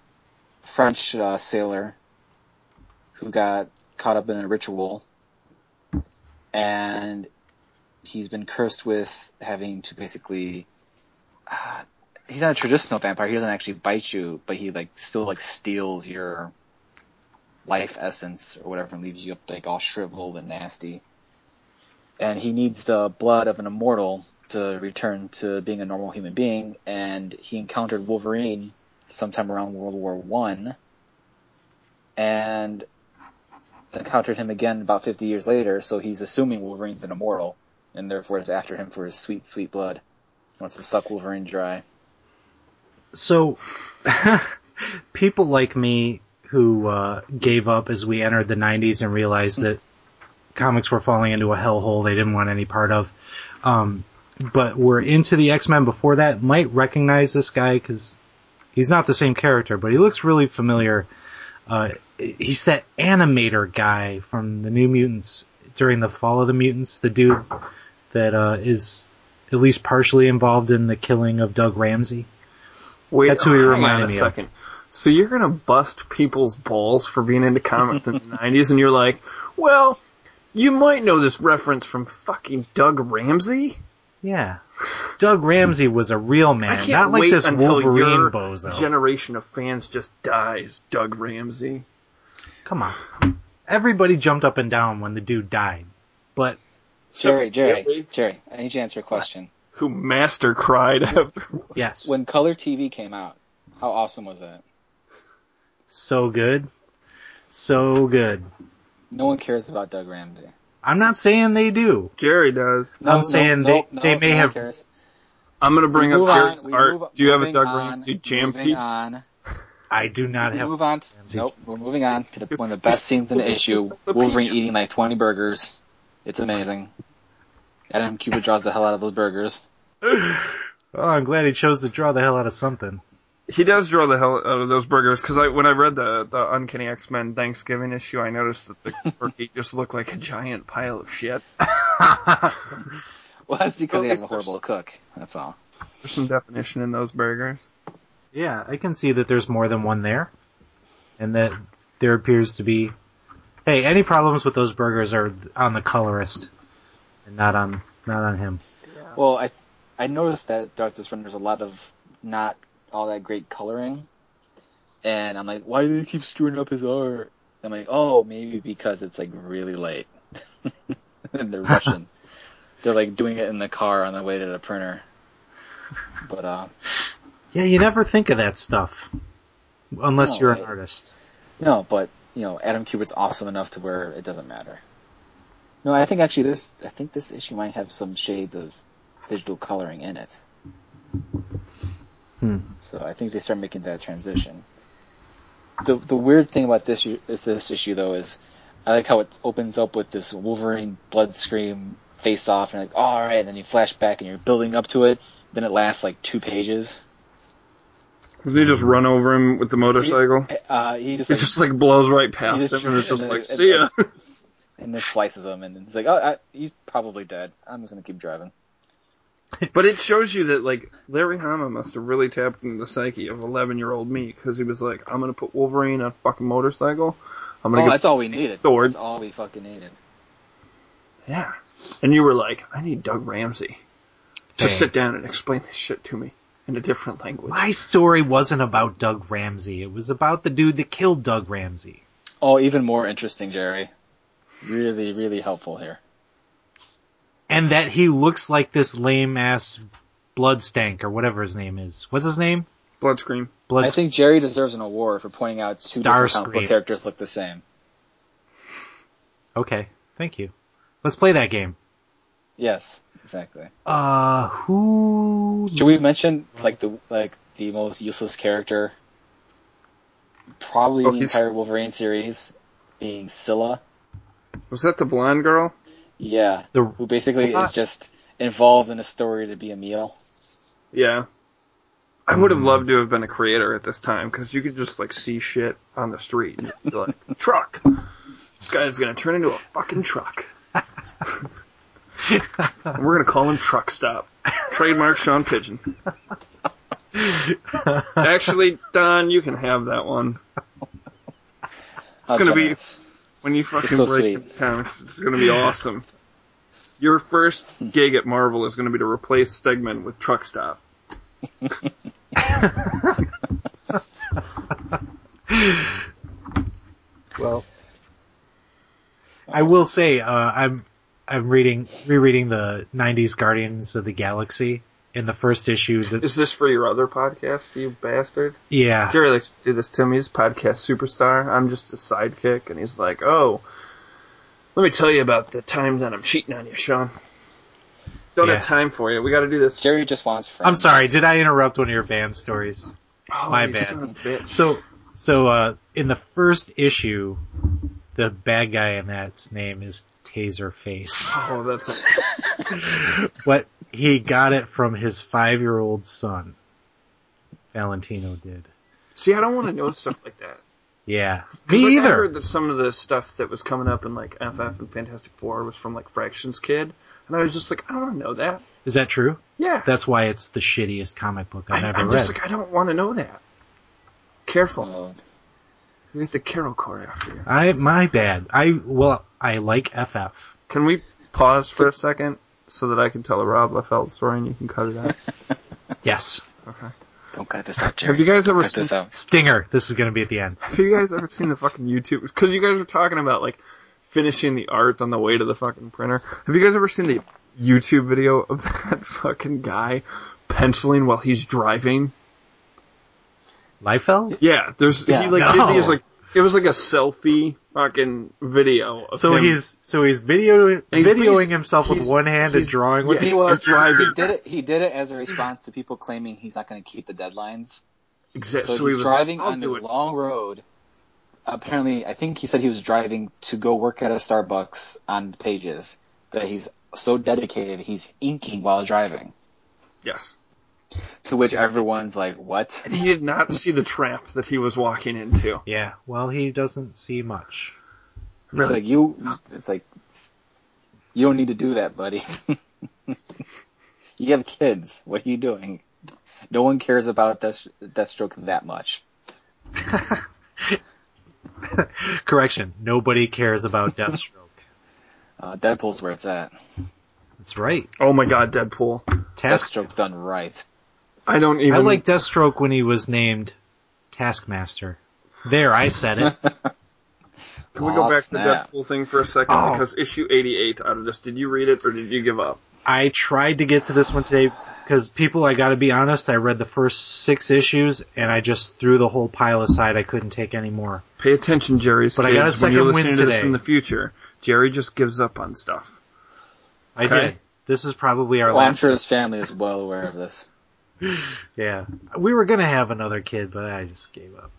S3: French uh, sailor who got caught up in a ritual, and he's been cursed with having to basically. Uh, he's not a traditional vampire. He doesn't actually bite you, but he like still like steals your life essence or whatever and leaves you up like all shriveled and nasty. And he needs the blood of an immortal to return to being a normal human being. And he encountered Wolverine sometime around World War One, and encountered him again about 50 years later. So he's assuming Wolverine's an immortal, and therefore is after him for his sweet, sweet blood. He wants to suck Wolverine dry.
S1: So, people like me who uh, gave up as we entered the 90s and realized that comics were falling into a hellhole they didn't want any part of, um, but were into the X Men before that, might recognize this guy because he's not the same character, but he looks really familiar. Uh, he's that animator guy from the New Mutants during the Fall of the Mutants, the dude that uh, is at least partially involved in the killing of Doug Ramsey.
S4: Wait,
S1: That's who he
S4: hang
S1: reminded
S4: on a
S1: me of.
S4: second. So you're gonna bust people's balls for being into comics in the '90s, and you're like, well, you might know this reference from fucking Doug Ramsey.
S1: Yeah. Doug Ramsey was a real
S4: I
S1: man,
S4: can't
S1: not like
S4: wait
S1: this
S4: until
S1: Wolverine
S4: your
S1: bozo.
S4: generation of fans just dies. Doug Ramsey.
S1: Come on. Everybody jumped up and down when the dude died. But
S3: Jerry, Jerry,
S4: Jerry.
S3: Jerry, I need you to answer a question.
S4: who master cried after.
S1: yes,
S3: When color TV came out, how awesome was that?
S1: so good. So good.
S3: No one cares about Doug Ramsey.
S1: I'm not saying they do.
S4: Jerry does.
S3: No,
S1: I'm
S3: no,
S1: saying
S3: no,
S1: they-
S3: no,
S1: they may
S3: no one
S1: have-
S3: Cares.
S4: I'm gonna bring
S3: We
S4: up
S3: move on,
S4: Jerry's
S3: we
S4: art.
S3: move-
S4: Do you have a
S3: moving
S4: Doug
S3: on,
S4: Ramsey jam
S3: moving
S4: piece?
S3: on.
S1: I do not
S3: We
S1: have.
S3: move on. To,
S1: Ramsey.
S3: nope, we're moving on to the, one of the best scenes in the issue. Wolverine eating like 20 burgers. It's amazing. Adam Cuba draws the hell out of those burgers.
S1: Oh, I'm glad he chose to draw the hell out of something.
S4: He does draw the hell out of those burgers because I, when I read the the Uncanny X Men Thanksgiving issue, I noticed that the turkey just looked like a giant pile of shit.
S3: Well, that's because they have a
S4: Burgers are
S3: horrible cook. That's all.
S4: There's some definition in those burgers.
S1: Yeah, I can see that there's more than one there, and that there appears to be. Hey, any problems with those burgers are on the colorist, and not on not on him.
S3: Well, I I noticed that throughout this run, there's a lot of not all that great coloring, and I'm like, why do they keep screwing up his art? I'm like, oh, maybe because it's like really late, and they're rushing. they're like doing it in the car on the way to the printer. But uh,
S1: Yeah, you never think of that stuff unless
S3: No,
S1: you're an
S3: I-
S1: artist.
S3: no, but you know, Adam Cubert's awesome enough to where it doesn't matter. No, I think actually this I think this issue might have some shades of digital coloring in it.
S1: Hmm.
S3: So I think they start making that transition. The the weird thing about this u- is this issue though is I like how it opens up with this Wolverine blood scream face off and like oh, all right, and then you flash back and you're building up to it. Then it lasts like two pages.
S4: Because they just run over him with the motorcycle.
S3: Uh, he just
S4: It
S3: like,
S4: just like blows right
S3: He
S4: past
S3: just-
S4: him, and it's just
S3: and-
S4: like,
S3: and-
S4: see ya.
S3: and then slices him and it's like oh I, he's probably dead. I'm just gonna keep driving.
S4: But it shows you that like Larry Hama must have really tapped into the psyche of 11 year old me because he was like, I'm gonna put Wolverine on a fucking motorcycle. I'm gonna
S3: Oh,
S4: go
S3: that's all we needed.
S4: sword.
S3: That's all we fucking needed.
S4: yeah. And you were like, I need Doug Ramsey to
S1: Hey.
S4: sit down and explain this shit to me in a different language.
S1: My story wasn't about Doug Ramsey. It was about the dude that killed Doug Ramsey.
S3: Oh, even more interesting, Jerry. Really, really helpful here.
S1: And that he looks like this lame ass bloodstank or whatever his name is. What's his name?
S4: Blood scream.
S1: Blood
S3: I think Jerry deserves an award for pointing out two different comic book
S1: Starscream.
S3: characters look the same.
S1: Okay. Thank you. Let's play that game.
S3: Yes, exactly.
S1: Uh, who?
S3: Should we mention like the like the most useless character, probably
S4: Oh,
S3: the
S4: he's-
S3: entire Wolverine series, being Scylla?
S4: Was that the blonde girl?
S3: Yeah,
S1: The,
S3: who basically
S1: What?
S3: is just involved in a story to be a meal.
S4: Yeah. Mm. I would have loved to have been a creator at this time because you could just like see shit on the street and be like, truck. This guy's gonna turn into a fucking truck. And we're gonna call him Truck Stop. Trademark Sean Pigeon. Actually, Don, you can have that one.
S3: How
S4: gonna be-
S3: generous.
S4: When you fucking
S3: so
S4: break
S3: sweet.
S4: into comics, it's gonna be awesome. Your first gig at Marvel is gonna be to replace Stegman with Truck Stop.
S1: well, I will say, uh, I'm, I'm reading, rereading the 90s Guardians of the Galaxy in the first issue. That,
S4: Is this for your other podcast, you bastard?
S1: yeah.
S4: Jerry likes to do this to me. He's a podcast superstar. I'm just a sidekick, and he's like, "Oh, let me tell you about the time that I'm cheating on you, Sean. Don't
S1: Yeah.
S4: have time for you. We got to do this."
S3: Jerry just wants friends.
S1: I'm sorry. Did I interrupt one of your van stories?
S4: Oh,
S1: my
S4: you
S1: bad.
S4: son of a bitch.
S1: So, so, uh, in the first issue, the bad guy in that's name is Taserface.
S4: Oh, that's a-
S1: But he got it from his five year old son. Valentino did.
S4: see. I don't want to know stuff like that.
S1: Yeah.
S4: 'Cause,
S1: Me
S4: like, I heard
S1: either.
S4: that some of the stuff that was coming up in like FF and Fantastic Four was from like Fractions Kid, and I was just like, I don't want to know that.
S1: Is that true?
S4: Yeah,
S1: That's why it's the shittiest comic book I've
S4: I,
S1: ever
S4: I'm
S1: read.
S4: just like, I don't want to know that. Careful,
S3: Oh,
S4: there's the Carol Core after you.
S1: I my bad. I well I like FF.
S4: Can we pause for a second? so that I can tell a Rob Liefeld story and you can cut it out?
S1: Yes.
S4: Okay.
S3: Don't cut this out, Jerry.
S4: Have you guys ever
S3: cut
S4: seen
S3: this out.
S1: Stinger. This is going to be at the end.
S4: Have you guys ever seen the fucking YouTube? Because you guys were talking about like finishing the art on the way to the fucking printer. Have you guys ever seen the YouTube video of that fucking guy penciling while he's driving?
S1: Liefeld?
S4: Yeah, there's
S3: Yeah.
S4: he like did
S1: No.
S4: these like it was like a selfie fucking video. Of
S1: So
S4: him.
S1: he's so he's video
S4: He's-
S1: videoing
S4: he's-
S1: himself with
S4: he's-
S1: one hand and
S4: he's-
S1: drawing with
S4: yeah.
S3: He was
S4: That's right.
S3: He did it. He did it as a response to people claiming he's not going to keep the deadlines.
S4: exactly
S3: So, he's driving on
S4: do
S3: this
S4: it.
S3: long road. Apparently, I think he said he was driving to go work at a Starbucks on pages. That he's so dedicated, he's inking while driving.
S4: Yes,
S3: To which everyone's like, "What?"
S4: he did not see the trap that he was walking into.
S1: Yeah. Well, he doesn't see much.
S3: It's like you. It's like you don't need to do that, buddy. you have kids. What are you doing? No one cares about Death, Deathstroke that much.
S1: Correction. Nobody cares about Deathstroke.
S3: Uh, Deadpool's where it's at.
S1: That's right.
S4: Oh my god, Deadpool!
S1: Task.
S3: Deathstroke's done right.
S4: I don't even
S1: I like Deathstroke when he was named Taskmaster. There, I said it.
S4: Can we go
S3: Aw,
S4: back
S3: snap.
S4: to the Deadpool thing for a second?
S1: Oh.
S4: Because issue 88 out of this, did you read it or did you give up?
S1: I tried to get to this one today because people, I gotta be honest, I read the first six issues and I just threw the whole pile aside. I couldn't take any more.
S4: Pay attention, Jerry's
S1: But I
S4: kids.
S1: got a
S4: when
S1: second
S4: you're
S1: win
S4: listening to this
S1: today.
S4: in the future, Jerry just gives up on stuff.
S1: I
S4: Okay.
S1: did. This is probably our
S3: Well, I'm
S1: last.
S3: sure his family is well aware of this.
S1: Yeah. We were gonna have another kid, but I just gave up.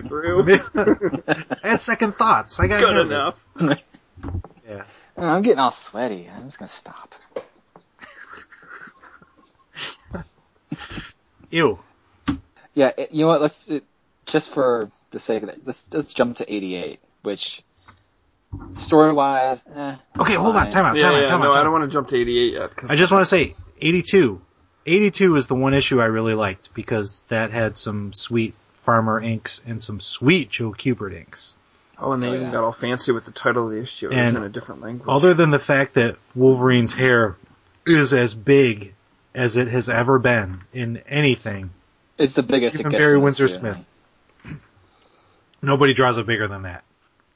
S4: through.
S1: I had second thoughts. I got
S4: Good enough.
S1: Yeah.
S3: Oh, I'm getting all sweaty. I'm just gonna stop.
S1: Ew.
S3: Yeah, it- you know what? Let's it, just for the sake of it, let's let's jump to 88, which story wise, eh,
S1: Okay, hold on.
S3: Fine.
S1: Time out. Time
S4: Yeah,
S1: out.
S4: yeah,
S1: time
S4: no,
S1: out. Time
S4: I
S1: out.
S4: don't want to jump to 88 yet. 'cause
S1: I just want to say 82. 82 is the one issue I really liked because that had some sweet farmer inks and some sweet Joe Kubert inks.
S4: Oh, and they
S3: Oh,
S4: even
S3: yeah.
S4: got all fancy with the title of the issue. It was
S1: And-
S4: in a different language.
S1: Other than the fact that Wolverine's hair is as big as it has ever been in anything,
S3: it's the biggest.
S1: even
S3: it gets
S1: Barry
S3: in this
S1: Windsor
S3: year.
S1: Smith. Nobody draws it bigger than that.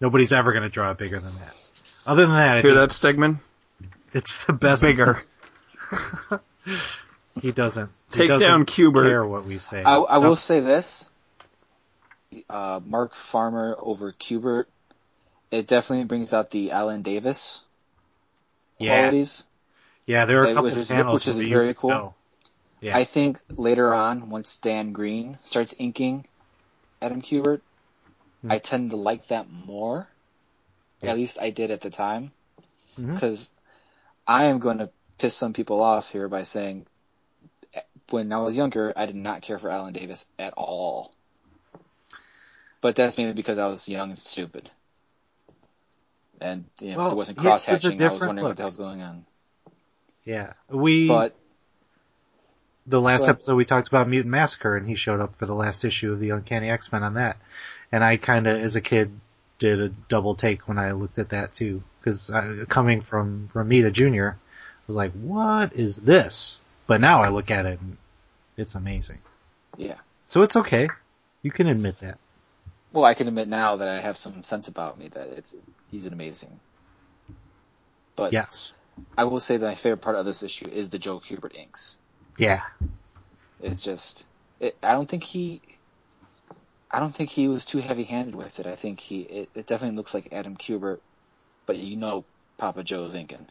S1: Nobody's ever going to draw it bigger than that. Other than that, I think
S4: Hear that, Stegman?
S1: it's the best.
S4: Bigger.
S1: he doesn't. he
S4: Take
S1: doesn't
S4: down Kubert.
S1: Care what we say.
S3: I, I
S1: No.
S3: will say this: uh, Mark Farmer over Kubert. It definitely brings out the Alan Davis
S1: Yeah.
S3: qualities.
S1: Yeah, there are a
S3: Like,
S1: couple
S3: which
S1: of
S3: is-
S1: panels
S3: which is
S1: where you
S3: very cool.
S1: know. Yeah.
S3: I think later on, once Dan Green starts inking Adam Kubert,
S1: Hmm.
S3: I tend to like that more. At least I did at the time.
S1: Mhm.
S3: Because I am going to piss some people off here by saying eh, when I was younger, I did not care for Alan Davis at all. But that's mainly because I was young and stupid. And you know,
S1: Well,
S3: if there wasn't
S1: here's the
S3: cross-hatching, I was
S1: different
S3: wondering
S1: look.
S3: what the hell's going on.
S1: yeah. We
S3: But
S1: the last
S3: But-
S1: episode we talked about Mutant Massacre, and he showed up for the last issue of the Uncanny X Men on that. And I kind of, as a kid, did a double take when I looked at that too, because coming from Ramita Junior, I was like, "What is this?" But now I look at it, and it's amazing.
S3: yeah,
S1: So it's okay. You can admit that.
S3: well, I can admit now that I have some sense about me that it's he's an amazing. But
S1: Yes.
S3: I will say that my favorite part of this issue is the Joe Kubert inks.
S1: Yeah.
S3: It's just, it, I don't think he, I don't think he was too heavy-handed with it. I think he, it, it definitely looks like Adam Kubert, but you know, Papa Joe's inking.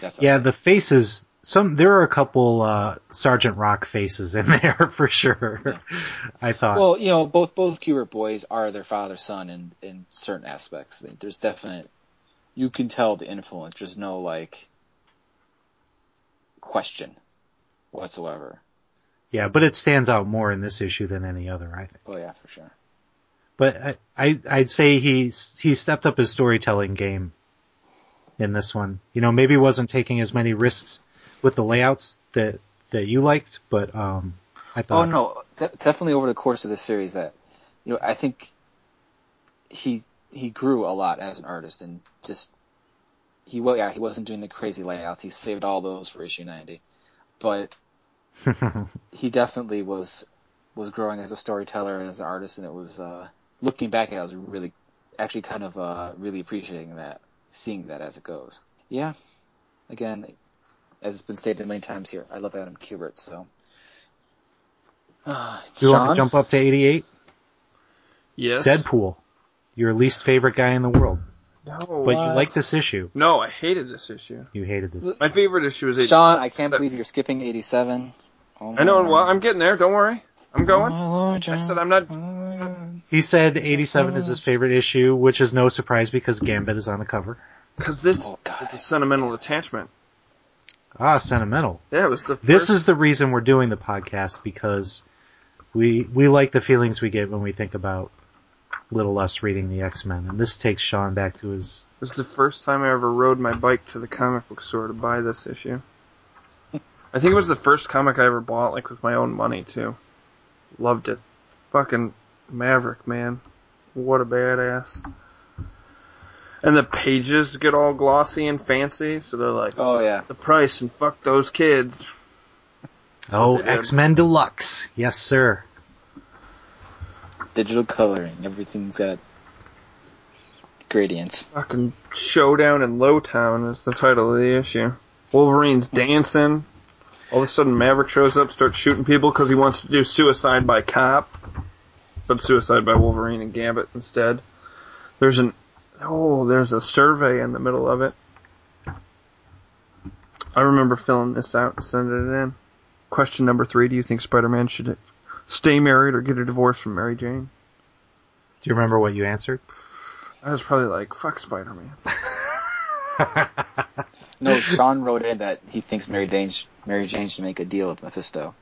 S3: Definitely.
S1: Yeah. The faces. Some there are a couple uh Sergeant Rock faces in there for sure. I thought.
S3: Well, you know, both both Kubert boys are their father's son in in certain aspects. There's definite, you can tell the influence. There's no like question whatsoever.
S1: yeah, but it stands out more in this issue than any other. I think.
S3: Oh yeah, for sure.
S1: But I, I I'd say he's he stepped up his storytelling game in this one. You know, maybe wasn't taking as many risks with the layouts that that you liked, but um, I
S3: Oh
S1: thought
S3: no, de- definitely over the course of the series that, you know, I think he he grew a lot as an artist and just he well, yeah, he wasn't doing the crazy layouts. He saved all those for issue 90, but he definitely was was growing as a storyteller and as an artist, and it was uh, looking back at it, I was really actually kind of uh, really appreciating that, seeing that as it goes. Yeah, again, as it's been stated many times here, I love Adam Kubert. So, uh,
S1: Do you want
S3: Sean,
S1: to jump up to 88?
S4: Yes.
S1: Deadpool, your least favorite guy in the world,
S4: No,
S1: but you
S3: What?
S1: like this issue.
S4: no, I hated this issue.
S1: You hated this.
S4: My favorite issue is eight.
S3: Sean, I can't believe you're skipping 87. Oh,
S4: I know.
S3: my-
S4: Well, I'm getting there. Don't worry. I'm going.
S3: Oh, Lord, John.
S4: said I'm not-
S1: He said 87 is his favorite issue, which is no surprise because Gambit is on the cover.
S4: Because this
S3: Oh, God.
S4: is a sentimental attachment.
S1: Ah, sentimental.
S4: Yeah, it was the first.
S1: This is the reason we're doing the podcast because we we like the feelings we get when we think about Little Us reading the X Men, and this takes Sean back to his.
S4: it was the first time I ever rode my bike to the comic book store to buy this issue. I think it was the first comic I ever bought, like with my own money too. Loved it. Fucking Maverick, man. What a badass. And the pages get all glossy and fancy, so they're like,
S3: Oh yeah.
S4: the price and fuck those kids.
S1: Oh,
S4: They did.
S1: X Men Deluxe, yes sir.
S3: digital coloring. Everything's got gradients.
S4: Fucking Showdown in Lowtown is the title of the issue. Wolverine's dancing. All of a sudden, Maverick shows up, starts shooting people because he wants to do suicide by cop, but suicide by Wolverine and Gambit instead. There's an oh, there's a survey in the middle of it. I remember filling this out and sending it in. Question number three: Do you think Spider-Man should stay married or get a divorce from Mary Jane?
S1: Do you remember what you answered?
S4: I was probably like, "Fuck Spider-Man."
S3: No, Sean wrote in that he thinks Mary Jane, Mary Jane should make a deal with Mephisto.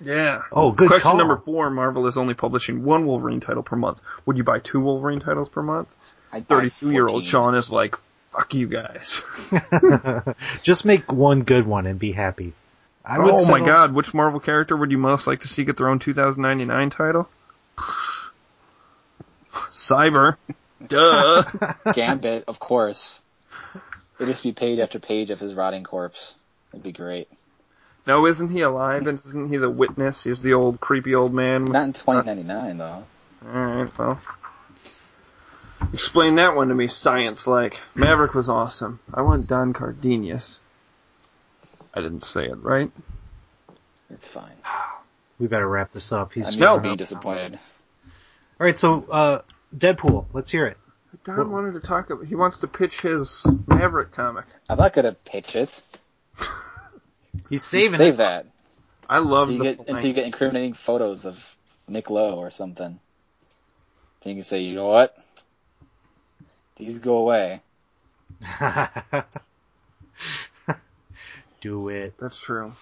S4: Yeah.
S1: Oh, good
S4: Question
S1: call.
S4: number four: Marvel is only publishing one Wolverine title per month. Would you buy two Wolverine titles per month?
S3: I buy
S4: Thirty-two-year-old
S3: 14.
S4: Sean is like, "Fuck you guys."
S1: Just make one good one and be happy. I would
S4: oh my
S1: settle-
S4: God! Which Marvel character would you most like to see get their own 2099 title? Cyber. Duh.
S3: Gambit, of course. It'd just be page after page of his rotting corpse. It'd be great.
S4: No, isn't he alive? And isn't he the witness? He's the old creepy old man. with-
S3: Not in 2099 though.
S4: Alright, well. Explain that one to me, science like. Maverick was awesome. I want Don Cardenius. I didn't say it right.
S3: It's fine.
S1: We better wrap this up. He's
S3: I'm
S4: No.
S3: no. being disappointed.
S1: all right. So, uh, Deadpool. Let's hear it.
S4: Don wanted to talk about, he wants to pitch his Maverick comic.
S3: I'm not gonna pitch it.
S1: He's
S3: You
S1: saving
S3: save
S1: it.
S3: that
S4: I love
S3: until you
S4: the
S3: get until you get
S4: flanks.
S3: incriminating photos of Nick Lowe or something. Then you can say, you know what? These go away.
S1: Do it.
S4: That's true.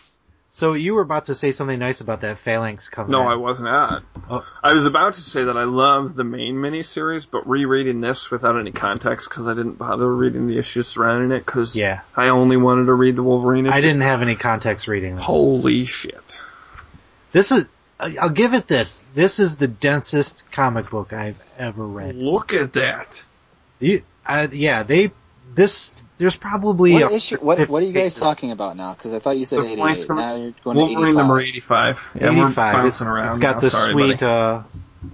S1: So you were about to say something nice about that phalanx cover.
S4: No, I was not.
S1: Oh.
S4: I was about to say that I love the main miniseries, but rereading this without any context because I didn't bother reading the issues surrounding it because
S1: Yeah.
S4: I only wanted to read the Wolverine issue.
S1: I didn't have any context reading this.
S4: Holy shit.
S1: This is. I- I'll give it this. This is the densest comic book I've ever read.
S4: Look at that.
S1: You, I, yeah, they. This there's probably
S3: What
S1: a-
S3: issue? What, what are you guys
S1: 50
S3: talking about now? Because I thought you said
S4: uh, The flanks
S3: 88.
S4: from-
S3: Now you're going
S4: Wolverine
S3: to 85.
S4: number 85. Yeah, we're
S1: 85. It's,
S4: bouncing around
S1: it's got
S4: now.
S1: the
S4: Sorry,
S1: sweet uh,
S4: buddy.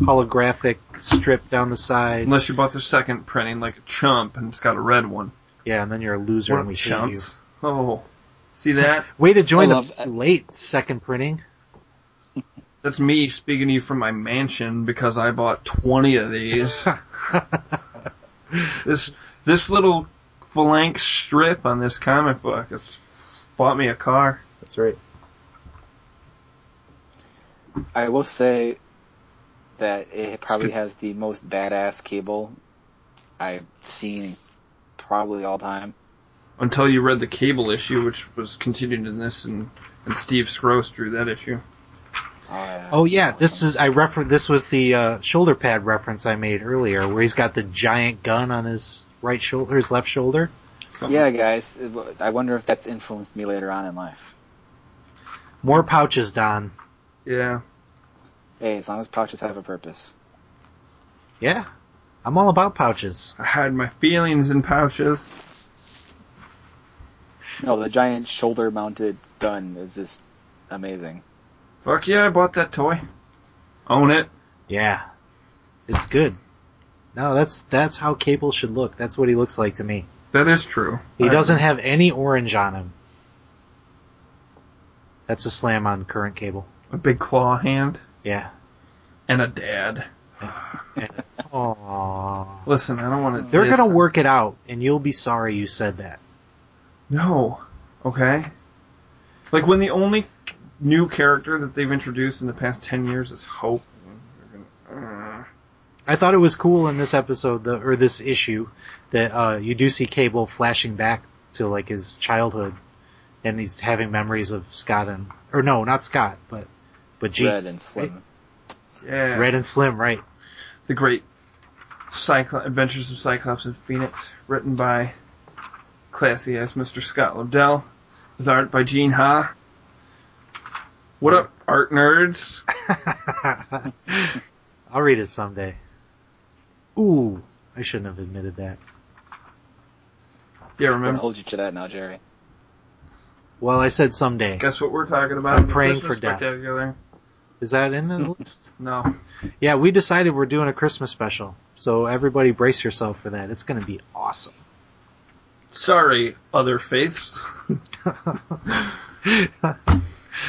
S1: holographic strip down the side.
S4: Unless you bought the second printing like a chump and it's got a red one.
S1: Yeah, and then you're a loser
S4: What
S1: and we hate you.
S4: chumps. Oh. See that?
S1: Way to join
S3: I
S1: the
S3: love-
S1: late second printing.
S4: That's me speaking to you from my mansion because I bought 20 of these. this this little phalanx strip on this comic book has bought me a car.
S1: That's right.
S3: I will say that it probably
S4: good.
S3: has the most badass cable I've seen probably all time.
S4: Until you read the cable issue, which was continued in this, and, and Steve Scroce drew that issue.
S3: Uh,
S1: Oh yeah, this is I refer. This was the uh, shoulder pad reference I made earlier, where he's got the giant gun on his right shoulder, his left shoulder.
S4: So-
S3: yeah, guys. it w- I wonder if that's influenced me later on in life.
S1: More pouches, Don.
S4: Yeah.
S3: Hey, as long as pouches have a purpose.
S1: Yeah, I'm all about pouches.
S4: I hide my feelings in pouches.
S3: No, the giant shoulder-mounted gun is just amazing.
S4: Fuck yeah, I bought that toy. Own it.
S1: Yeah. It's good. No, that's that's how Cable should look. That's what he looks like to me.
S4: That is true.
S1: He
S4: I-
S1: doesn't have any orange on him. That's a slam on current Cable.
S4: A big claw hand
S1: Yeah.
S4: and a dad.
S1: Aww.
S4: Listen, I don't want to.
S1: They're gonna work it out, and you'll be sorry you said that.
S4: No. Okay. Like when the only new character that they've introduced in the past ten years is Hope. Uh,
S1: I thought it was cool in this episode, the, or this issue, that uh, you do see Cable flashing back to like his childhood, and he's having memories of Scott and, or no, not Scott, but but G.
S3: Red and slim.
S4: yeah.
S1: Red and Slim, right?
S4: the great Cyclo- Adventures of Cyclops and Phoenix, written by classy ass Mr. Scott Lobdell, with art by Gene Ha. What up, art nerds?
S1: I'll read it someday. Ooh, I shouldn't have admitted that.
S3: I'm
S4: Yeah,
S3: gonna
S4: remember?
S3: hold you to that now, Jerry.
S1: Well, I said someday.
S4: Guess what we're talking about?
S1: I'm
S4: in the
S1: praying
S4: Christmas
S1: for death.
S4: Spectacular?
S1: Is that in the list?
S4: No.
S1: Yeah, we decided we're doing a Christmas special. So everybody brace yourself for that. It's gonna be awesome.
S4: Sorry, other faiths.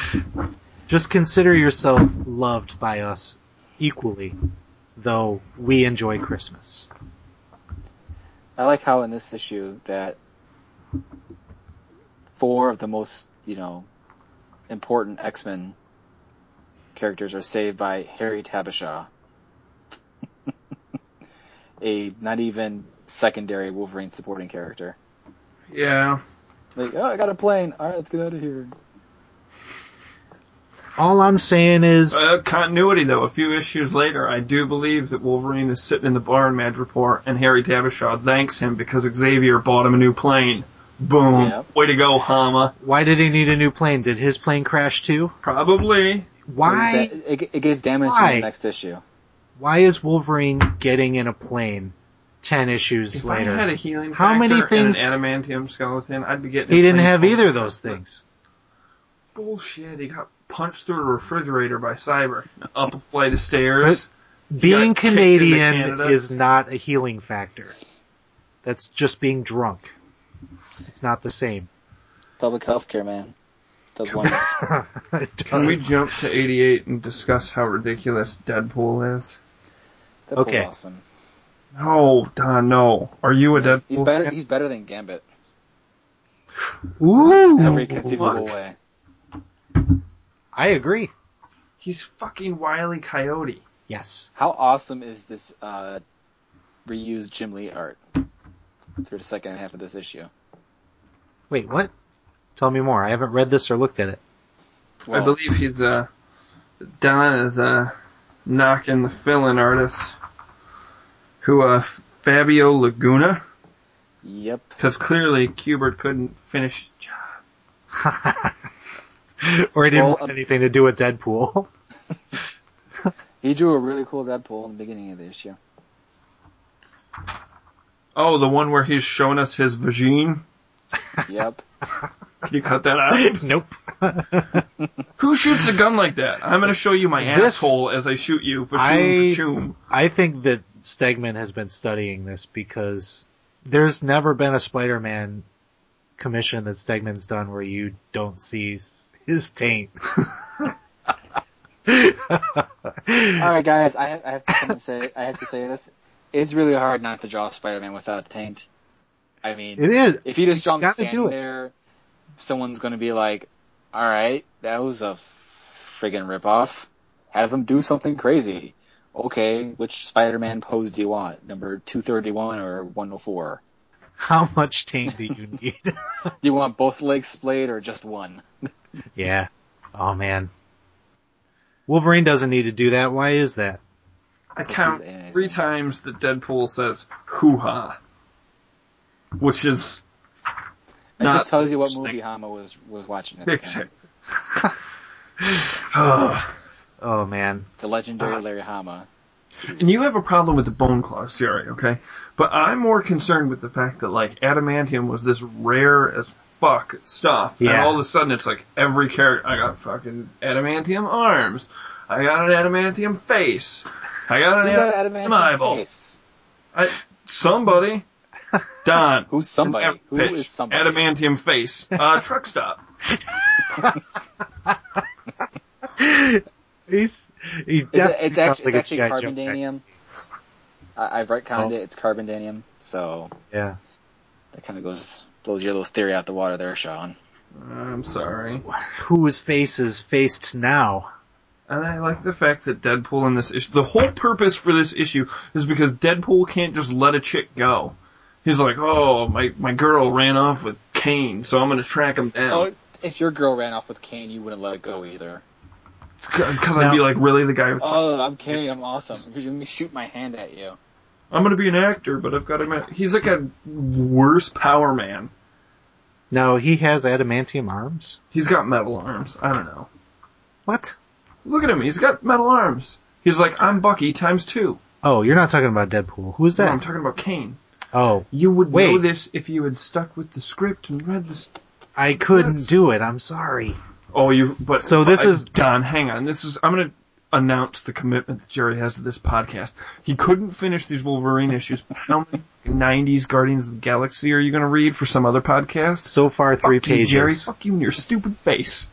S1: Just consider yourself loved by us equally, though we enjoy Christmas.
S3: I like how in this issue that four of the most, you know, important X-Men characters are saved by Harry Tabashaw. A not even secondary Wolverine supporting character.
S4: yeah.
S3: Like, oh, I got a plane. All right, let's get out of here.
S1: All I'm saying is,
S4: Uh, continuity though, a few issues later, I do believe that Wolverine is sitting in the bar in Madripoor and Harry Davishaw thanks him because Xavier bought him a new plane. Boom.
S3: Yep.
S4: Way to go, Hama.
S1: why did he need a new plane? Did his plane crash too?
S4: Probably.
S1: Why?
S3: That- it, it gets damaged in
S1: Why?
S3: the next issue.
S1: why is Wolverine getting in a plane ten issues
S4: If
S1: later?
S4: I had a healing
S1: How
S4: factor
S1: many things-
S4: and an adamantium skeleton, I'd be getting.
S1: he
S4: a
S1: didn't
S4: plane
S1: have
S4: full of
S1: either of those
S4: stuff.
S1: things.
S4: Bullshit. He got punched through a refrigerator by Cyber up a flight of stairs.
S1: Being
S4: kicked into
S1: Canadian
S4: Canada.
S1: is not a healing factor. That's just being drunk. It's not the same.
S3: Public health care, man. Does wonders.
S1: It
S4: Can Uh, we
S1: does.
S4: jump to 88 and discuss how ridiculous Deadpool is?
S3: Deadpool's
S1: Okay.
S3: awesome.
S4: No, Don, no. Are you a Deadpool?
S3: He's, he's better.
S4: fan?
S3: He's better than Gambit. Every
S1: Ooh,
S3: conceivable
S4: fuck.
S3: way.
S1: I agree.
S4: He's fucking Wiley Coyote.
S1: Yes,
S3: How awesome is this uh, reused Jim Lee art through the second half of this issue?
S1: Wait, what? Tell me more. I haven't read this or looked at it.
S3: Well,
S4: I believe he's uh Don is uh knocking the fill-in artist who uh Fabio Laguna
S3: Yep.
S4: because clearly Cubert couldn't finish the job.
S1: or he didn't
S3: Well,
S1: want
S3: um,
S1: anything to do with Deadpool.
S3: He drew a really cool Deadpool in the beginning of the issue.
S4: Oh, the one where he's showing us his vagine.
S3: Yep.
S4: Can you cut that out?
S1: nope.
S4: Who shoots a gun like that? I'm gonna show you my
S1: This-
S4: asshole as I shoot you. Vachoom,
S1: I-
S4: vachoom.
S1: I think that Stegman has been studying this because there's never been a Spider-Man commission that Stegman's done where you don't see s- his taint.
S3: All right, guys. I have, I have to come and say I have to say this. It's really hard not to draw Spider-Man without taint. I mean,
S1: It is.
S3: if you just draw him
S1: gotta do
S3: standing
S1: it.
S3: there, someone's going to be like, "All right, that was a friggin' ripoff. Have him do something crazy." Okay, which Spider-Man pose do you want? Number two thirty-one or one hundred four?
S1: How much taint do you need?
S3: Do you want both legs splayed or just one?
S1: yeah. Oh man. Wolverine doesn't need to do that. Why is that?
S4: I count
S3: This is
S4: three
S3: amazing.
S4: times that Deadpool says "hoo ha," which is
S3: It
S4: Not
S3: just tells you what
S4: interesting.
S3: movie Hama was was watching. At the, time.
S4: exact. Ah.
S1: Oh man.
S3: the
S1: Ah.
S3: legendary Larry Hama.
S4: And you have a problem with the bone claw theory, okay? But I'm more concerned with the fact that like adamantium was this rare as fuck stuff. And
S1: Yeah.
S4: all of a sudden it's like every character, I got fucking adamantium arms. I got an adamantium face. I got an
S3: Who's that
S4: adamantium
S3: adamantium
S4: eyeball.
S3: face?
S4: I, somebody. Don.
S3: Who's
S4: Pitch.
S3: somebody? Who is somebody?
S4: Adamantium face. Uh, truck stop.
S1: He's he
S3: It's,
S1: definitely
S3: it's
S1: sounds
S3: actually,
S1: like
S3: it's
S1: a
S3: actually
S1: G.I. Joe guy.
S3: carbondanium. I, I've retconned
S1: Oh.
S3: it. It's carbondanium. So
S1: Yeah.
S3: that kind of goes blows your little theory out the water there, Sean.
S4: I'm sorry.
S1: Whose face is faced now?
S4: And I like the fact that Deadpool in this issue, the whole purpose for this issue is because Deadpool can't just let a chick go. He's like, oh, my, my girl ran off with Kane, so I'm gonna track him down.
S3: Oh, if your girl ran off with Kane, you wouldn't let it go either.
S4: Because I'd be
S1: Now-
S4: like, really, the guy?
S3: Oh, I'm Kane. I'm awesome. Could you let me shoot my hand at you?
S4: I'm gonna be an actor, but I've got to admit, he's like a worse power man.
S1: No, he has adamantium arms.
S4: He's got metal arms. I don't know.
S1: What?
S4: Look at him. He's got metal arms. He's like, I'm Bucky times two.
S1: Oh, you're not talking about Deadpool. Who's
S4: No, I'm
S1: that?
S4: talking about Kane.
S1: Oh,
S4: You would know
S1: Wait.
S4: this if you had stuck with the script and read the. St-
S1: I couldn't
S4: That's-
S1: do it. I'm sorry.
S4: Oh, you. But
S1: So this
S4: I-
S1: is-
S4: Don. Hang on. This is. I'm going to announce the commitment that Jerry has to this podcast. He couldn't finish these Wolverine issues. but How many '90s Guardians of the Galaxy are you going to read for some other podcast?
S1: So far, three
S4: Fuck you,
S1: pages.
S4: Jerry. Fuck you and your stupid face.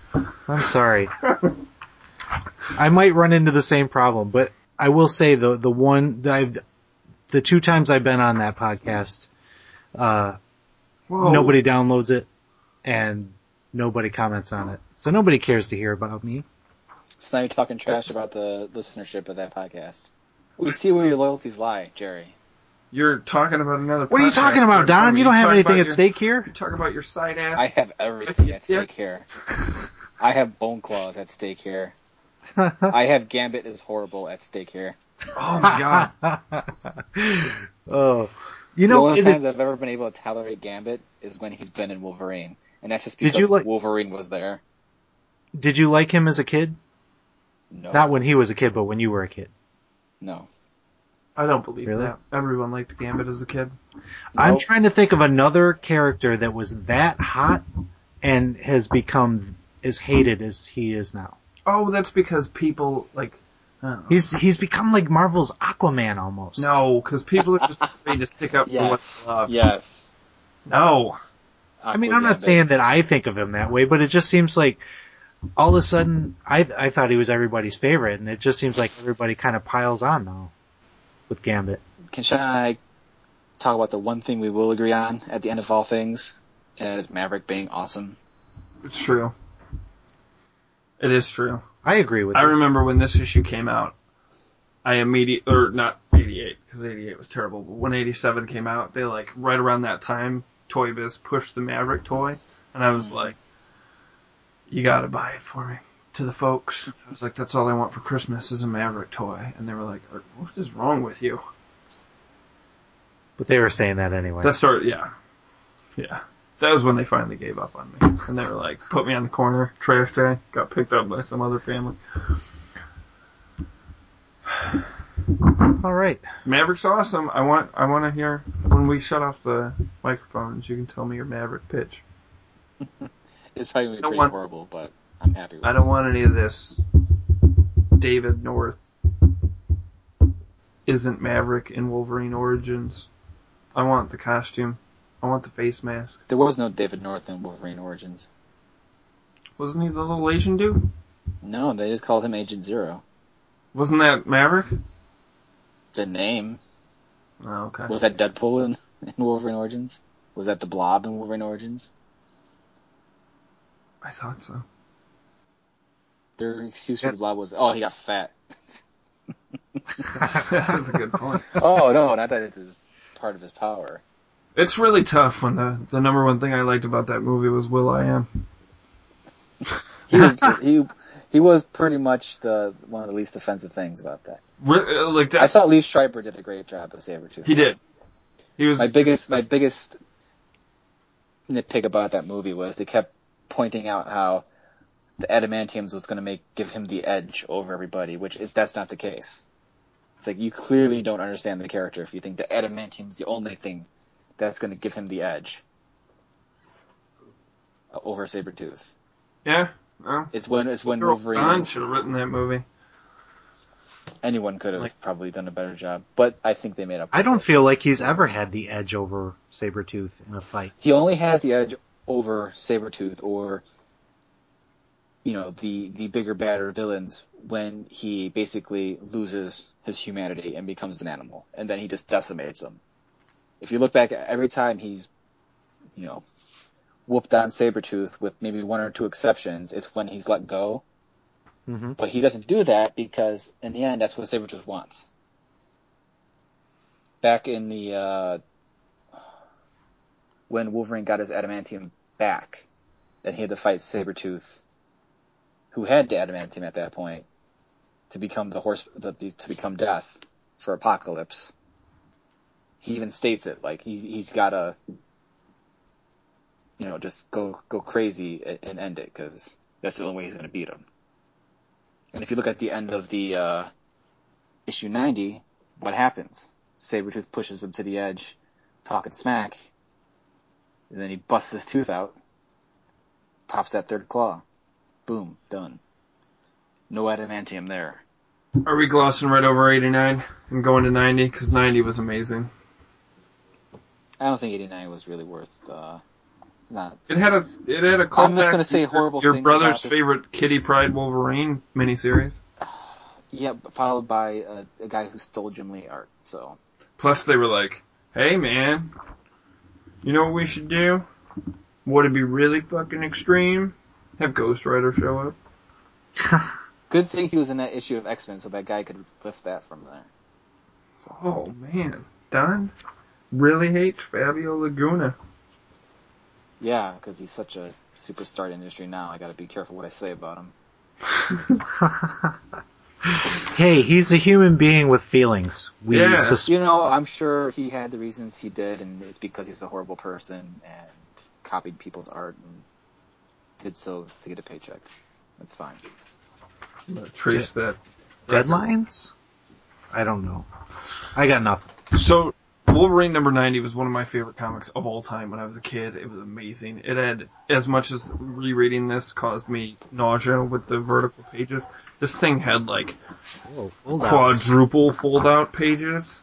S1: I'm sorry. I might run into the same problem, but I will say the the one that I've the two times I've been on that podcast, uh,
S4: Whoa.
S1: nobody downloads it and nobody comments on it, so nobody cares to hear about me.
S3: So now you're talking trash about the listenership of that podcast. We see where your loyalties lie, Jerry.
S4: You're talking about another.
S1: What are you
S4: podcast
S1: talking about,
S4: where-
S1: Don?
S4: where
S1: You don't have
S4: talk
S1: anything
S4: about
S1: at
S4: your-
S1: stake here.
S4: You talk about your side ass.
S3: I have everything at stake here. I have bone claws at stake here. I have Gambit is horrible at stake here.
S4: Oh my god.
S1: oh, you
S3: the
S1: know
S3: only
S1: it
S3: times
S1: is.
S3: I've ever been able to tolerate Gambit is when he's been in Wolverine, and that's just
S1: Did
S3: because
S1: you like-
S3: Wolverine was there.
S1: Did you like him as a kid?
S3: No,
S1: Not when he was a kid, but when you were a kid.
S3: no.
S4: I don't believe
S1: Really?
S4: that. Everyone liked Gambit as a kid.
S1: I'm
S4: Oh.
S3: Nope.
S1: trying to think of another character that was that hot and has become as hated as he is now.
S4: Oh, that's because people like. I don't know.
S1: He's he's become like Marvel's Aquaman almost.
S4: No, because people are just afraid to stick up
S3: Yes,
S4: for what they love.
S3: yes.
S4: No,
S1: I mean I'm not saying that I think of him that way, but it just seems like all of a sudden I I thought he was everybody's favorite, and it just seems like everybody kind of piles on now with Gambit.
S3: Can Sean and I talk about the one thing we will agree on at the end of all things? And that is Maverick being awesome.
S4: it's true. It is true.
S1: I agree with
S4: I
S1: you.
S4: remember when this issue came out, I immediately, or not 88, because 88 was terrible, but when 87 came out, they like, right around that time, Toy Biz pushed the Maverick toy, and I was like, you gotta buy it for me, to the folks. I was like, that's all I want for Christmas is a Maverick toy, and they were like, "Are- what is wrong with you?
S1: But they were saying that anyway.
S4: That started, yeah. Yeah. That was when they finally gave up on me. And they were like, put me on the corner, trash day, got picked up by some other family.
S1: all right.
S4: Maverick's awesome. I want I want to hear when we shut off the microphones. You can tell me your Maverick pitch.
S3: It's probably gonna be
S4: Don't
S3: pretty
S4: want-
S3: horrible, but I'm happy with
S4: I don't want any of this. David North isn't Maverick in Wolverine Origins. I want the costume. I want the face mask.
S3: it. There was no David North in Wolverine Origins.
S4: Wasn't he the little Asian dude?
S3: No, they just called him Agent Zero.
S4: Wasn't that Maverick?
S3: The name
S4: Oh, okay.
S3: was that Deadpool in, in Wolverine Origins? Was that the Blob in Wolverine Origins?
S4: I thought so.
S3: Their excuse for the Blob was, oh, he got fat.
S4: That's a good point.
S3: oh no, not that it is part of his power.
S4: It's really tough when the the number one thing I liked about that movie was Will I Am.
S3: He was he he was pretty much the one of the least offensive things about that.
S4: Re- uh, like that,
S3: I thought Lee Schreiber did a great job of Sabretooth.
S4: he did. He was
S3: My biggest my biggest nitpick about that movie was they kept pointing out how the adamantiums was going to make give him the edge over everybody, which is that's not the case. It's like you clearly don't understand the character if you think the adamantium's the only thing that's going to give him the edge. over Sabretooth.
S4: Yeah. Well,
S3: It's when it's when
S4: Gerald Stein
S3: Wolverine.
S4: should have written that movie.
S3: Anyone could have
S1: Like-
S3: probably done a better job, but I think they made up.
S1: I don't feel like he's ever had the edge over Sabretooth in a fight.
S3: He only has the edge over Sabretooth or you know, the the bigger badder villains when he basically loses his humanity and becomes an animal and then he just decimates them. If you look back every time he's you know, whooped on Sabretooth with maybe one or two exceptions, it's when he's let go.
S1: Mm-hmm.
S3: But he doesn't do that because in the end, that's what Sabretooth wants. Back in the, uh, when Wolverine got his adamantium back, and he had to fight Sabretooth, who had the adamantium at that point, to become the horse, the, to become death for Apocalypse. He even states it, like, he, he's gotta, you know, just go, go crazy and, and end it, cause that's the only way he's gonna beat him. And if you look at the end of the uh, issue 90, what happens? Sabretooth pushes him to the edge, talking smack, and then he busts his tooth out, pops that third claw. Boom, done. No adamantium there.
S4: Are we glossing right over 89 and going to 90? Because 90 was amazing.
S3: I don't think 89 was really worth, uh, not,
S4: It had a it had a callback.
S3: I'm just gonna say
S4: your-
S3: horrible
S4: Your
S3: things
S4: brother's
S3: about this.
S4: favorite Kitty Pride Wolverine miniseries.
S3: yeah, but followed by a, a guy who stole Jim Lee art, so.
S4: Plus, they were like, "Hey, man, you know what we should do? Would it be really fucking extreme? Have Ghost Rider show up?
S3: Good thing he was in that issue of X-Men so that guy could lift that from there. So.
S4: Oh man, Don really hates Fabio Laguna.
S3: Yeah, because he's such a superstar in the industry now. I got to be careful what I say about him.
S1: hey, he's a human being with feelings. We
S4: Yeah.
S1: sus-
S3: You know, I'm sure he had the reasons he did, and it's because he's a horrible person and copied people's art and did so to get a paycheck. That's fine.
S4: I'm gonna trace that
S1: deadlines. I don't know. I got nothing.
S4: So Wolverine number 90 was one of my favorite comics of all time when I was a kid. It was amazing. It had as much as rereading this caused me nausea with the vertical pages. This thing had like
S1: Whoa, hold on.
S4: quadruple fold out pages.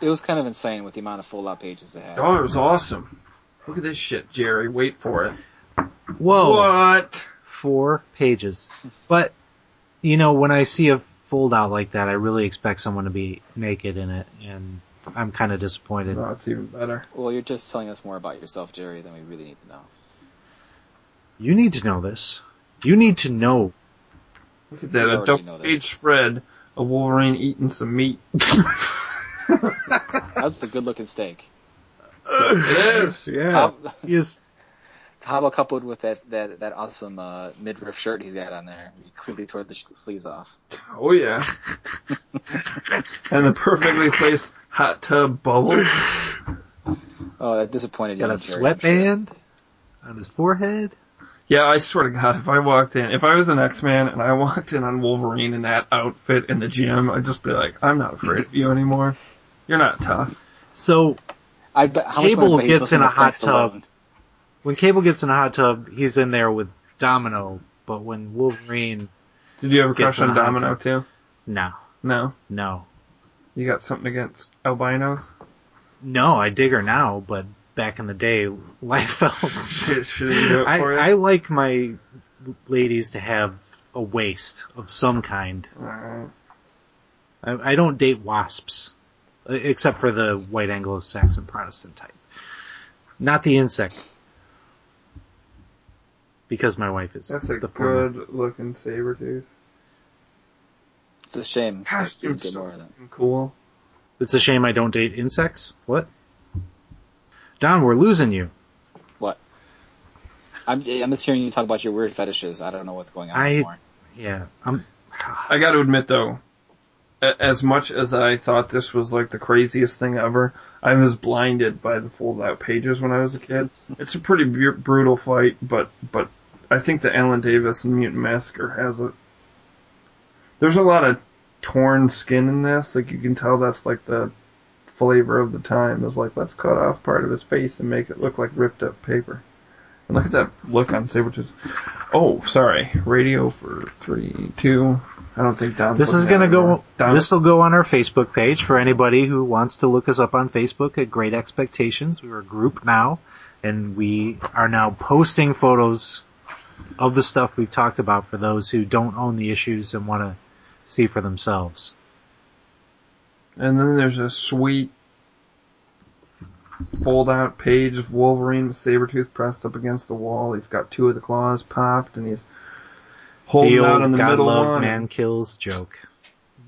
S3: It was kind of insane with the amount of full out pages they had.
S4: Oh, it was awesome. Look at this shit, Jerry. Wait for it.
S1: Whoa.
S4: What?
S1: four pages. But you know, when I see a fold out like that, I really expect someone to be naked in it, and I'm kind of disappointed.
S4: No, it's even better.
S3: Well, you're just telling us more about yourself, Jerry, than we really need to know.
S1: You need to know this. You need to know.
S4: Look
S3: We
S4: at that. A
S3: already know
S4: double
S3: this.
S4: page spread of Wolverine eating some meat.
S3: That's a good looking steak.
S4: it is.
S1: Yeah.
S3: How,
S1: Yes.
S3: how about coupled with that, that, that awesome uh, midriff shirt he's got on there? He clearly tore the sh- sleeves off.
S4: Oh yeah. and the perfectly placed hot tub bubbles.
S3: Oh, that disappointed
S1: Got
S3: young
S1: a
S3: Jerry, I'm sure.
S1: sweatband on his forehead.
S4: Yeah, I swear to God, if I walked in, if I was an X-Man and I walked in on Wolverine in that outfit in the gym, I'd just be like, I'm not afraid of you anymore. You're not tough.
S1: So
S3: I bet how much
S1: Cable
S3: money
S1: gets in a hot tub.
S3: Alone.
S1: when Cable gets in a hot tub, he's in there with Domino, but when Wolverine,
S4: Did you ever
S1: Gets
S4: crush on
S1: on a hot
S4: Domino
S1: tub.
S4: too?
S1: no,
S4: No.
S1: no,
S4: You got something against albinos?
S1: no, I dig her now, but back in the day, Liefeld.
S4: Should, should he do it
S1: I,
S4: for you?
S1: I like my ladies to have a waist of some kind.
S4: Alright.
S1: I, I don't date wasps, e- except for the white Anglo-Saxon Protestant type. Not the insect. Because my wife is
S4: That's a
S1: the former.
S4: good looking saber tooth.
S3: It's a shame.
S4: Gosh,
S3: You
S4: dude,
S3: did
S4: so
S3: more of that.
S4: fucking cool.
S1: It's a shame I don't date insects. What? Don, we're losing you.
S3: What? I'm, I'm just hearing you talk about your weird fetishes. I don't know what's going on
S1: I-
S3: anymore.
S1: Yeah, I'm,
S4: I got to admit though, a- as much as I thought this was like the craziest thing ever, I was blinded by the fold-out pages when I was a kid. It's a pretty bu- brutal fight, but but I think the Alan Davis and Mutant Massacre has it. There's a lot of torn skin in this. Like you can tell that's like the flavor of the time. Is like let's cut off part of his face and make it look like ripped up paper. Look at that look on Sabretooth. Oh, sorry. Radio for three, two. I don't think Don's
S1: This is
S4: looking
S1: going
S4: at
S1: to
S4: it
S1: go,
S4: anymore. Don-
S1: this will go on our Facebook page for anybody who wants to look us up on Facebook at Great Expectations. We're a group now and we are now posting photos of the stuff we've talked about for those who don't own the issues and want to see for themselves.
S4: And then there's a sweet fold out page of Wolverine with Sabretooth pressed up against the wall. He's got two of the claws popped and he's holding
S1: the
S4: out
S1: old
S4: on the
S1: God
S4: middle
S1: love
S4: one.
S1: man kills joke.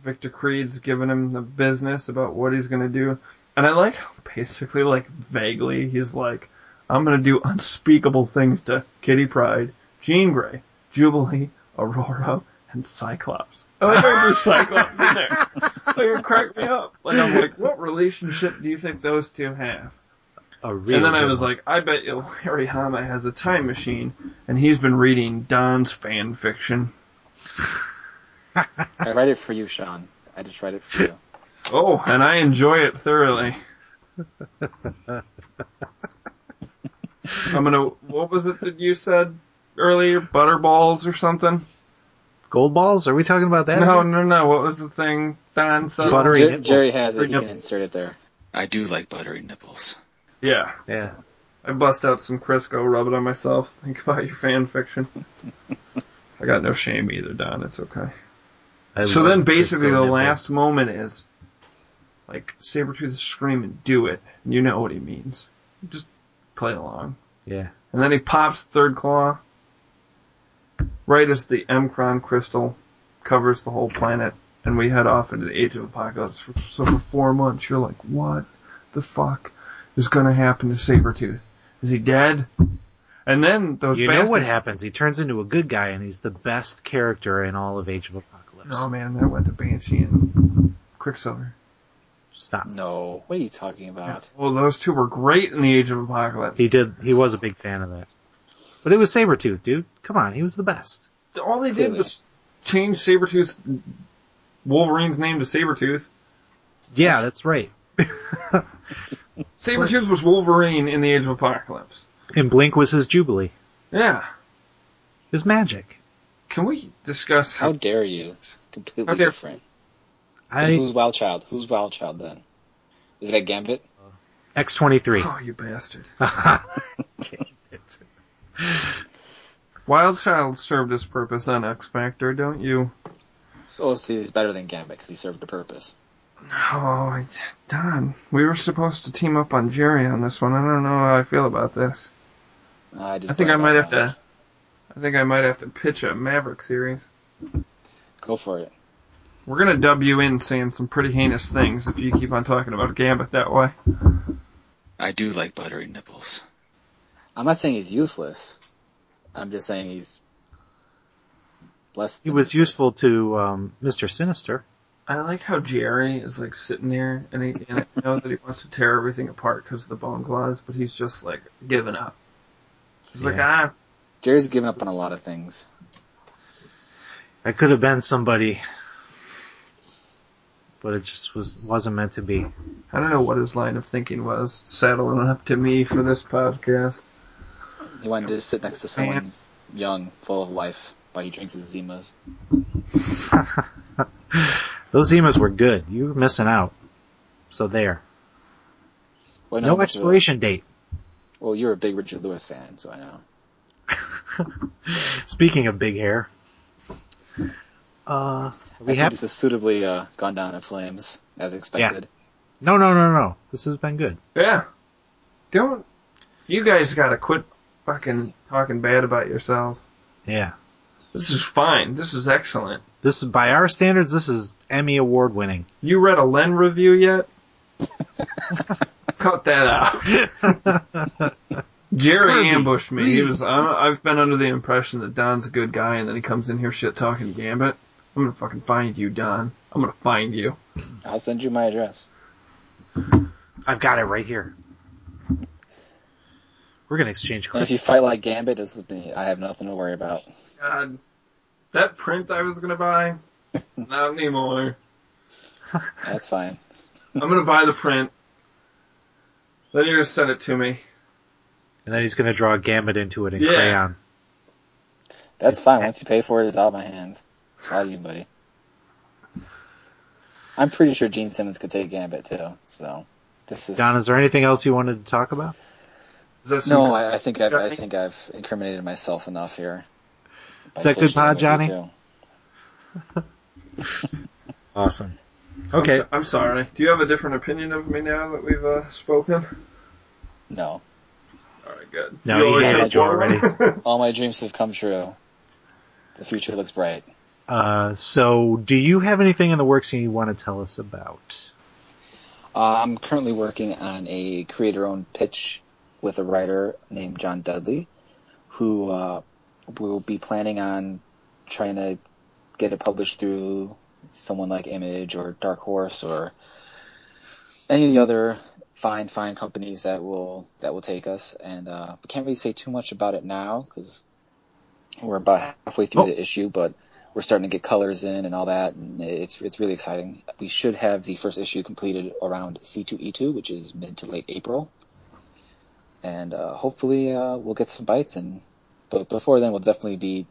S4: Victor Creed's giving him the business about what he's gonna do. And I like how basically like vaguely he's like, I'm gonna do unspeakable things to Kitty Pride, Jean Grey, Jubilee, Aurora, and Cyclops. I like how there's Cyclops in there. Like it cracked me up. Like I'm like, what relationship do you think those two have?
S1: A real
S4: And then I
S1: good
S4: was
S1: one.
S4: like, I bet you Harry Hama has a time machine and he's been reading Don's fan fiction.
S3: I write it for you, Sean. I just write it for you.
S4: Oh, and I enjoy it thoroughly. I'm gonna. What was it that you said earlier? Butterballs or something?
S1: gold balls. Are we talking about that?
S4: No,
S1: again?
S4: no, no. What was the thing Don said?
S1: Buttery
S3: Jer-
S1: nipple.
S3: Jerry has it. You
S4: Yep.
S3: can insert it there. I do like buttery nipples.
S4: Yeah,
S1: Yeah.
S4: I bust out some Crisco, rub it on myself. Think about your fan fiction. I got no shame either, Don. It's okay.
S1: I
S4: So
S1: love
S4: then basically
S1: Crisco
S4: the
S1: nipples.
S4: last moment is like Sabretooth is screaming, do it. You know what he means. Just play along.
S1: Yeah.
S4: And then he pops third claw. Right as the Emkron crystal covers the whole planet and we head off into the Age of Apocalypse. For, so for four months you're like, what the fuck is gonna happen to Sabretooth? Is he dead? And then those
S1: You know
S4: bastards
S1: what happens? He turns into a good guy, and he's the best character in all of Age of Apocalypse.
S4: Oh man, that went to Banshee and Quicksilver.
S1: Stop.
S3: No, what are you talking about?
S4: Well, those two were great in the Age of Apocalypse.
S1: He did. He was a big fan of that. But it was Sabretooth, dude. Come on, he was the best.
S4: All they did
S3: Clearly.
S4: was change Sabretooth, Wolverine's name to Sabretooth.
S1: Yeah, that's right.
S4: Sabretooth was Wolverine in the Age of Apocalypse.
S1: And Blink was his Jubilee,
S4: Yeah.
S1: his magic.
S4: Can we discuss
S3: How
S4: how,
S3: dare you? It's completely
S4: How dare-
S3: different. And
S1: I
S3: who's Wild Child? Who's Wild Child then? Is that Gambit?
S1: X twenty three.
S4: Oh, you bastard.
S1: That's
S4: Wild Child served his purpose on X Factor, don't you?
S3: So see, he's better than Gambit because he served a purpose.
S4: No, Oh, it's- Don. We were supposed to team up on Jerry on this one. I don't know how I feel about this.
S3: I, just
S4: I think I
S3: brought it
S4: might
S3: up.
S4: have to. I think I might have to pitch a Maverick series.
S3: go for it.
S4: We're gonna dub you in saying some pretty heinous things if you keep on talking about Gambit that way.
S3: I do like buttery nipples. I'm not saying he's useless. I'm just saying he's less.
S1: he
S3: than
S1: was
S3: useless.
S1: useful to um, Mister Sinister.
S4: I like how Jerry is like sitting there, and, he, and I know that he wants to tear everything apart because of the bone claws, but he's just like giving up. He's like, ah,
S3: Jerry's given up on a lot of things.
S1: I could have been somebody, but it just was wasn't meant to be.
S4: I don't know what his line of thinking was. Saddling up to me for this podcast.
S3: He wanted to sit next to someone young, full of life, while he drinks his Zimas.
S1: Those Zemas were good. You were missing out. So there.
S3: Well,
S1: No
S3: but
S1: expiration date.
S3: You're, well, you're a big Richard Lewis fan, so I know.
S1: Speaking of big hair, uh,
S3: I
S1: we
S3: think
S1: have
S3: this has suitably uh, gone down in flames as expected.
S1: no, no, no, no. This has been good.
S4: Yeah. Don't. You guys gotta quit fucking talking bad about yourselves.
S1: Yeah,
S4: This is fine. This is excellent.
S1: this is by our standards. This is Emmy award winning.
S4: You read a Len review yet? Cut that out. Jerry
S1: Kirby.
S4: ambushed me. He was. I, I've been under the impression that Don's a good guy, and then he comes in here shit talking Gambit. I'm gonna fucking find you, Don. I'm gonna find you.
S3: I'll send you my address.
S1: I've got it right here. We're gonna exchange
S3: And if
S1: questions.
S3: you fight like Gambit, this is me. I have nothing to worry about.
S4: God, that print I was gonna buy, not anymore.
S3: That's fine.
S4: I'm gonna buy the print. Then you're gonna send it to me.
S1: and then he's going to draw Gambit into it in
S4: Yeah.
S1: crayon.
S3: That's fine. Once you pay for it, it's out of my hands. It's all you, buddy. I'm pretty sure Gene Simmons could take Gambit too. So this is
S1: Don, is there anything else you wanted to talk about?
S4: Is this
S3: no. I, I think I've, I
S4: Johnny?
S3: think I've incriminated myself enough here. by
S1: Is that good pod,
S3: associating with you
S1: Johnny?
S3: two.
S1: Awesome.
S4: I'm
S1: Okay.
S4: so- I'm sorry. Do you have a different opinion of me now that we've uh, spoken?
S3: No,
S4: All right, good.
S1: No,
S4: You
S1: he
S4: always
S1: hated
S4: have
S1: you
S4: one?
S1: already.
S3: all my dreams have come true. The future looks bright.
S1: Uh, so do you have anything in the works you want to tell us about?
S3: Uh, I'm currently working on a creator-owned pitch with a writer named John Dudley, who uh, will be planning on trying to get it published through someone like Image or Dark Horse or any of the other fine, fine companies that will that will take us. And uh, we can't really say too much about it now because we're about halfway through
S1: Oh.
S3: the issue, but we're starting to get colors in and all that, and it's it's really exciting. We should have the first issue completed around C2E2, which is mid to late April, and uh, hopefully uh, we'll get some bites. And but before then, we'll definitely be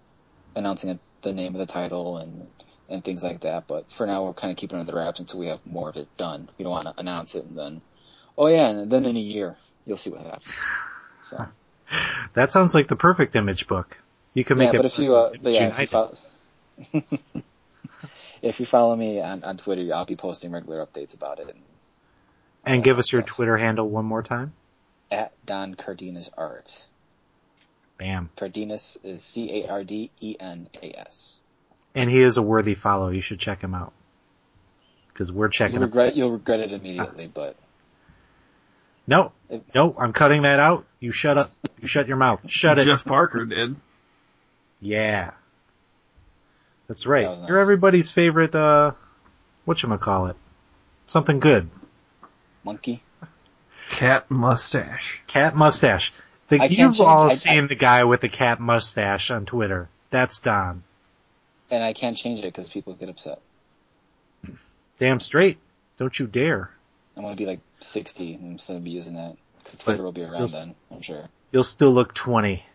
S3: announcing the name of the title and and things like that. But for now, we're kind of keeping it under wraps until we have more of it done. We don't want to announce it and then, oh yeah, and then in a year you'll see what happens. So
S1: That sounds like the perfect image book. You can
S3: yeah,
S1: make it.
S3: but if you, uh, but yeah, if you,
S1: United.
S3: follow, if you follow me on, on Twitter, I'll be posting regular updates about it.
S1: and give us your Twitter handle one more time.
S3: At Don Cardenas Art.
S1: Bam.
S3: Cardenas is C A R D E N A S.
S1: And he is a worthy follow. You should check him out. Cause we're
S3: You'll
S1: checking him.
S3: regret, you'll regret it immediately, but
S1: No, no, I'm cutting that out. You shut up. You shut your mouth. Shut it.
S4: Jeff Parker did.
S1: Yeah. That's right.
S3: That was
S1: You're
S3: Oh, nice.
S1: everybody's favorite, uh, whatchamacallit. Something good.
S3: monkey.
S4: Cat mustache.
S1: Cat mustache. The,
S3: I can't
S1: you've
S3: change-
S1: all
S3: I- I-
S1: seen the guy with the cat mustache on Twitter. That's Don.
S3: And I can't change it because people get upset.
S1: Damn straight. Don't you dare.
S3: I'm going to be like 60 and I'm still going to be using that because Twitter will be around
S1: you'll s-
S3: then, I'm sure.
S1: You'll still look 20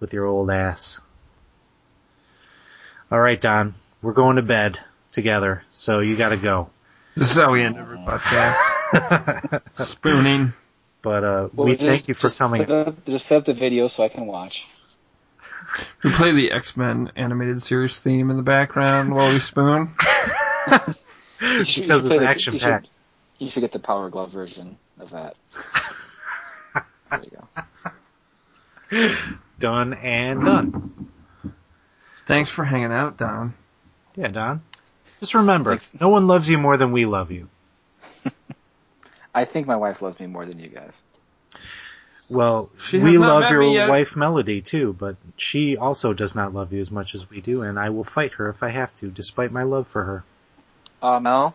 S1: with your old ass. All right, Don. We're going to bed together, so you gotta go.
S4: This is how we end every podcast. Spooning.
S1: But uh,
S3: Well,
S1: we
S3: just-
S1: thank you for
S3: just
S1: coming.
S3: Set up, just set up the video so I can watch.
S4: We play the X Men animated series theme in the background while we spoon.
S3: You should- you
S1: Because
S3: should
S1: it's
S3: play the-
S1: action
S3: you should-
S1: packed.
S3: You should get the Power Glove version of that. there you go.
S1: Done and done.
S4: Thanks for hanging out, Don.
S1: Yeah, Don. Just remember,
S3: Thanks.
S1: no one loves you more than we love you.
S3: I think my wife loves me more than you guys.
S1: Well,
S4: She
S1: we
S4: has not
S1: love
S4: met
S1: your
S4: me yet.
S1: wife Melody too, but she also does not love you as much as we do, and I will fight her if I have to, despite my love for her.
S3: Uh, Mel?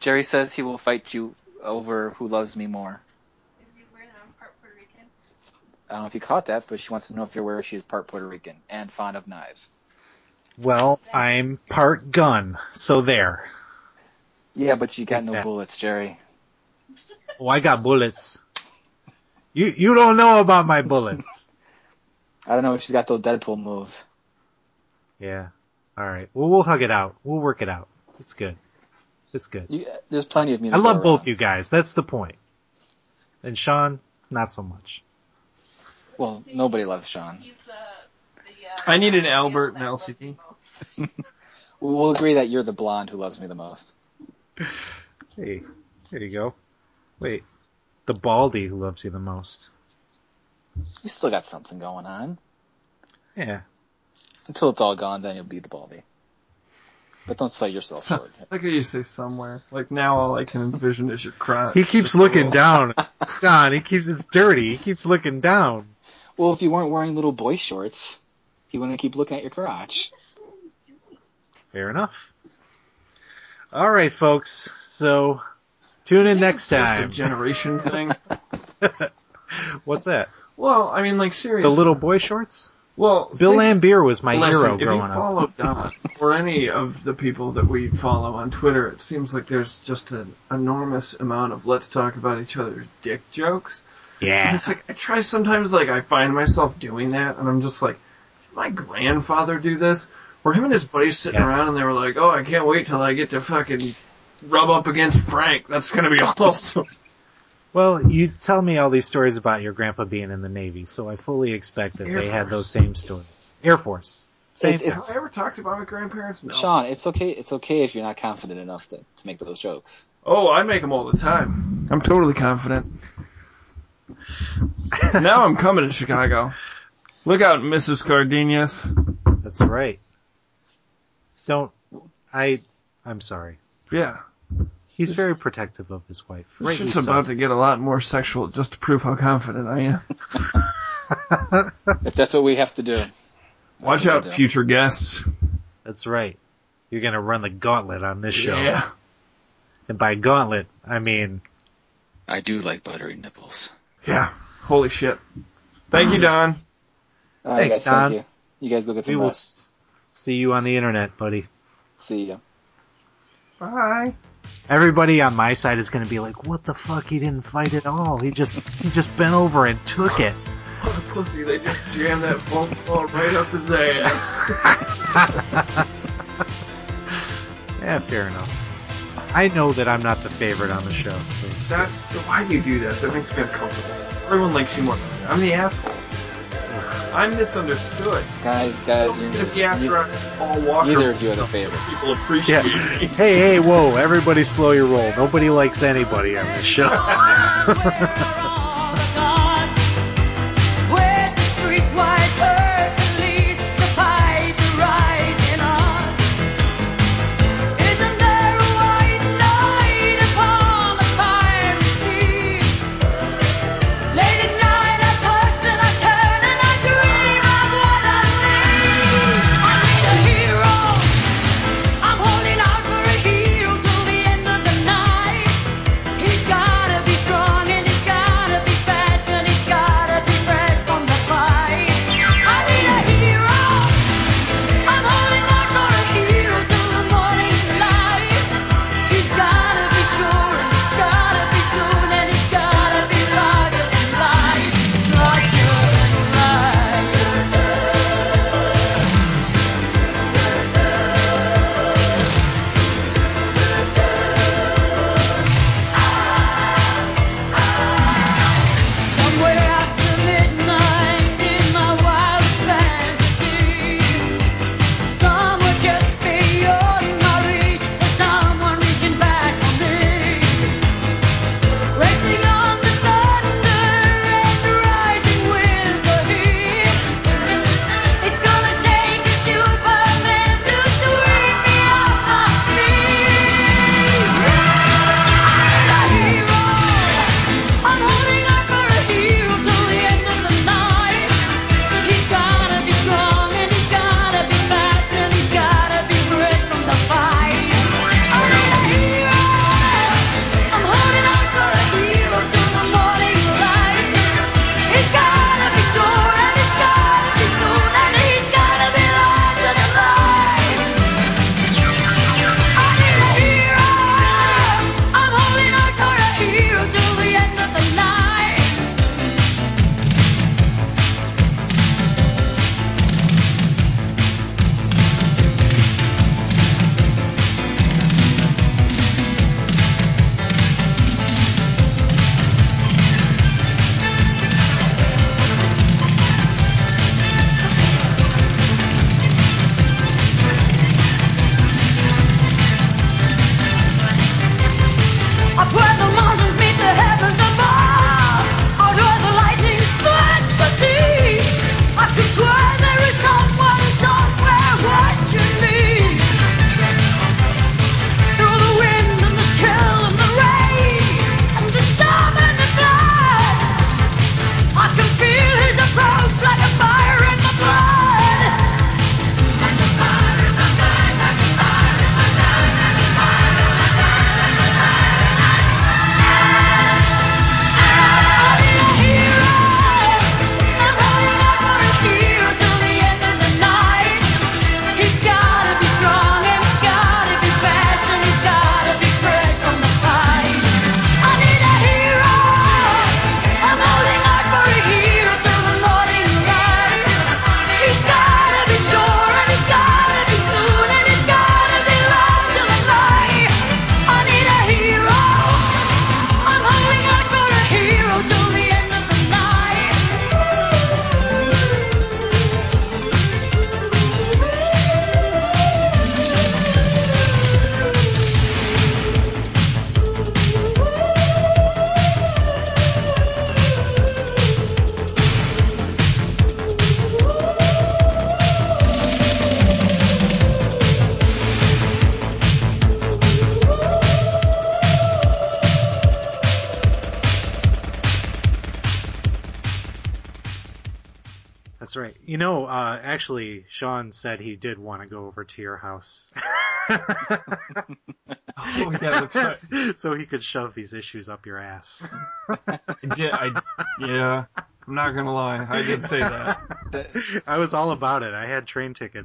S3: Jerry says he will fight you over who loves me more.
S2: Is he weird that I'm part Puerto Rican?
S3: I don't know if you caught that, but she wants to know if you're aware she's part Puerto Rican and fond of knives.
S1: Well, I'm part gun, so there.
S3: Yeah, but you got
S1: Take
S3: no
S1: that.
S3: bullets, Jerry.
S1: Oh, I got bullets. You you don't know about my bullets.
S3: I don't know if she's got those Deadpool moves.
S1: yeah. All right. Well, we'll hug it out. We'll work it out. It's good. It's good.
S3: You, there's plenty of me. uh, to
S1: I
S3: go
S1: love both
S3: around.
S1: you guys. That's the point. And Sean, not so much.
S3: Well, nobody loves Sean.
S2: He's the, the uh,
S4: I need an
S2: the
S4: Albert
S2: male
S4: and
S2: that
S4: LCD.
S2: loves the most.
S3: We'll agree that you're the blonde who loves me the most.
S1: Hey, there you go. Wait, the baldy who loves you the most.
S3: You still got something going on.
S1: Yeah.
S3: Until it's all gone, then you'll be the baldy. But don't sell yourself
S4: So-
S3: short.
S4: Like I used to say somewhere. Like now all I can envision is your crotch.
S1: He keeps
S4: Just a
S1: looking
S4: little-
S1: down. Don, he keeps, it's dirty. He keeps looking down.
S3: Well, if you weren't wearing little boy shorts, you wouldn't keep looking at your crotch.
S1: Fair enough. All right, folks. So tune in next
S4: Just a
S1: time.
S4: generation thing.
S1: What's that?
S4: Well, I mean, like seriously.
S1: The little boy shorts?
S4: well,
S1: Bill
S4: think-
S1: Lambier was my
S4: Listen,
S1: hero
S4: if you
S1: growing up.
S4: follow Don or any of the people that we follow on Twitter, it seems like there's just an enormous amount of let's talk about each other's dick jokes. And
S1: Yeah.
S4: it's like I try sometimes like I find myself doing that and I'm just like, did my grandfather do this? Where him and his buddies sitting
S1: Yes.
S4: around and they were like, Oh, I can't wait till I get to fucking rub up against Frank. That's gonna be awesome.
S1: Well, you tell me all these stories about your grandpa being in the Navy, so I fully expect that
S4: Air
S1: they had
S4: Force.
S1: those same stories. Air Force. Same
S3: It-
S1: thing.
S4: Have I ever talked about my grandparents? No.
S3: Sean, it's okay. It's okay if you're not confident enough to, to make those jokes.
S4: Oh, I make them all the time. I'm totally confident. now I'm coming to Chicago. Look out, Mrs. Cardenas.
S1: That's right. Don't, I, I'm sorry.
S4: Yeah.
S1: He's very protective of his wife.
S4: This
S1: Rightly
S4: shit's
S1: so.
S4: about to get a lot more sexual just to prove how confident I am.
S3: If that's what we have to do.
S4: Watch
S3: what
S4: out,
S3: I do.
S4: future guests.
S1: That's right. You're gonna run the gauntlet on this show.
S4: Yeah.
S1: And by gauntlet, I mean,
S3: I do like buttery nipples.
S4: Yeah. Holy shit. Thank you, Don.
S3: All right,
S1: Thanks,
S3: guys, thank
S1: Don.
S3: you. You guys go get
S1: we
S3: some
S1: will
S3: rest.
S1: s- see you on the internet, buddy.
S3: See ya.
S4: Bye.
S1: Everybody on my side is gonna be like, what the fuck? He didn't fight at all. He just, he just bent over and took it.
S4: Oh, pussy, they just jammed that phone call right up his ass.
S1: Yeah, fair enough. I know that I'm not the favorite on the show, so it's
S4: That's why do you do that? That makes me uncomfortable. Everyone likes you more. than me. I'm the asshole. I'm misunderstood.
S3: Guys, guys,
S4: Don't
S3: you,
S4: get me after
S3: you,
S4: I Paul Walker.
S3: neither of you are the favorites.
S4: People appreciate
S1: Yeah.
S4: me.
S1: Hey, hey, whoa, everybody slow your roll. Nobody likes anybody on this show.
S5: I'm holding out for a hero till the end of the night. He's gotta be strong and he's gotta
S1: That's right. You know, uh, actually, Sean said he did want to go over to your house
S4: Oh yeah, that's right.
S1: so he could shove these issues up your ass.
S4: I did, I, yeah, I'm not gonna lie, I did say that.
S3: That-
S1: I was all about it. I had train tickets.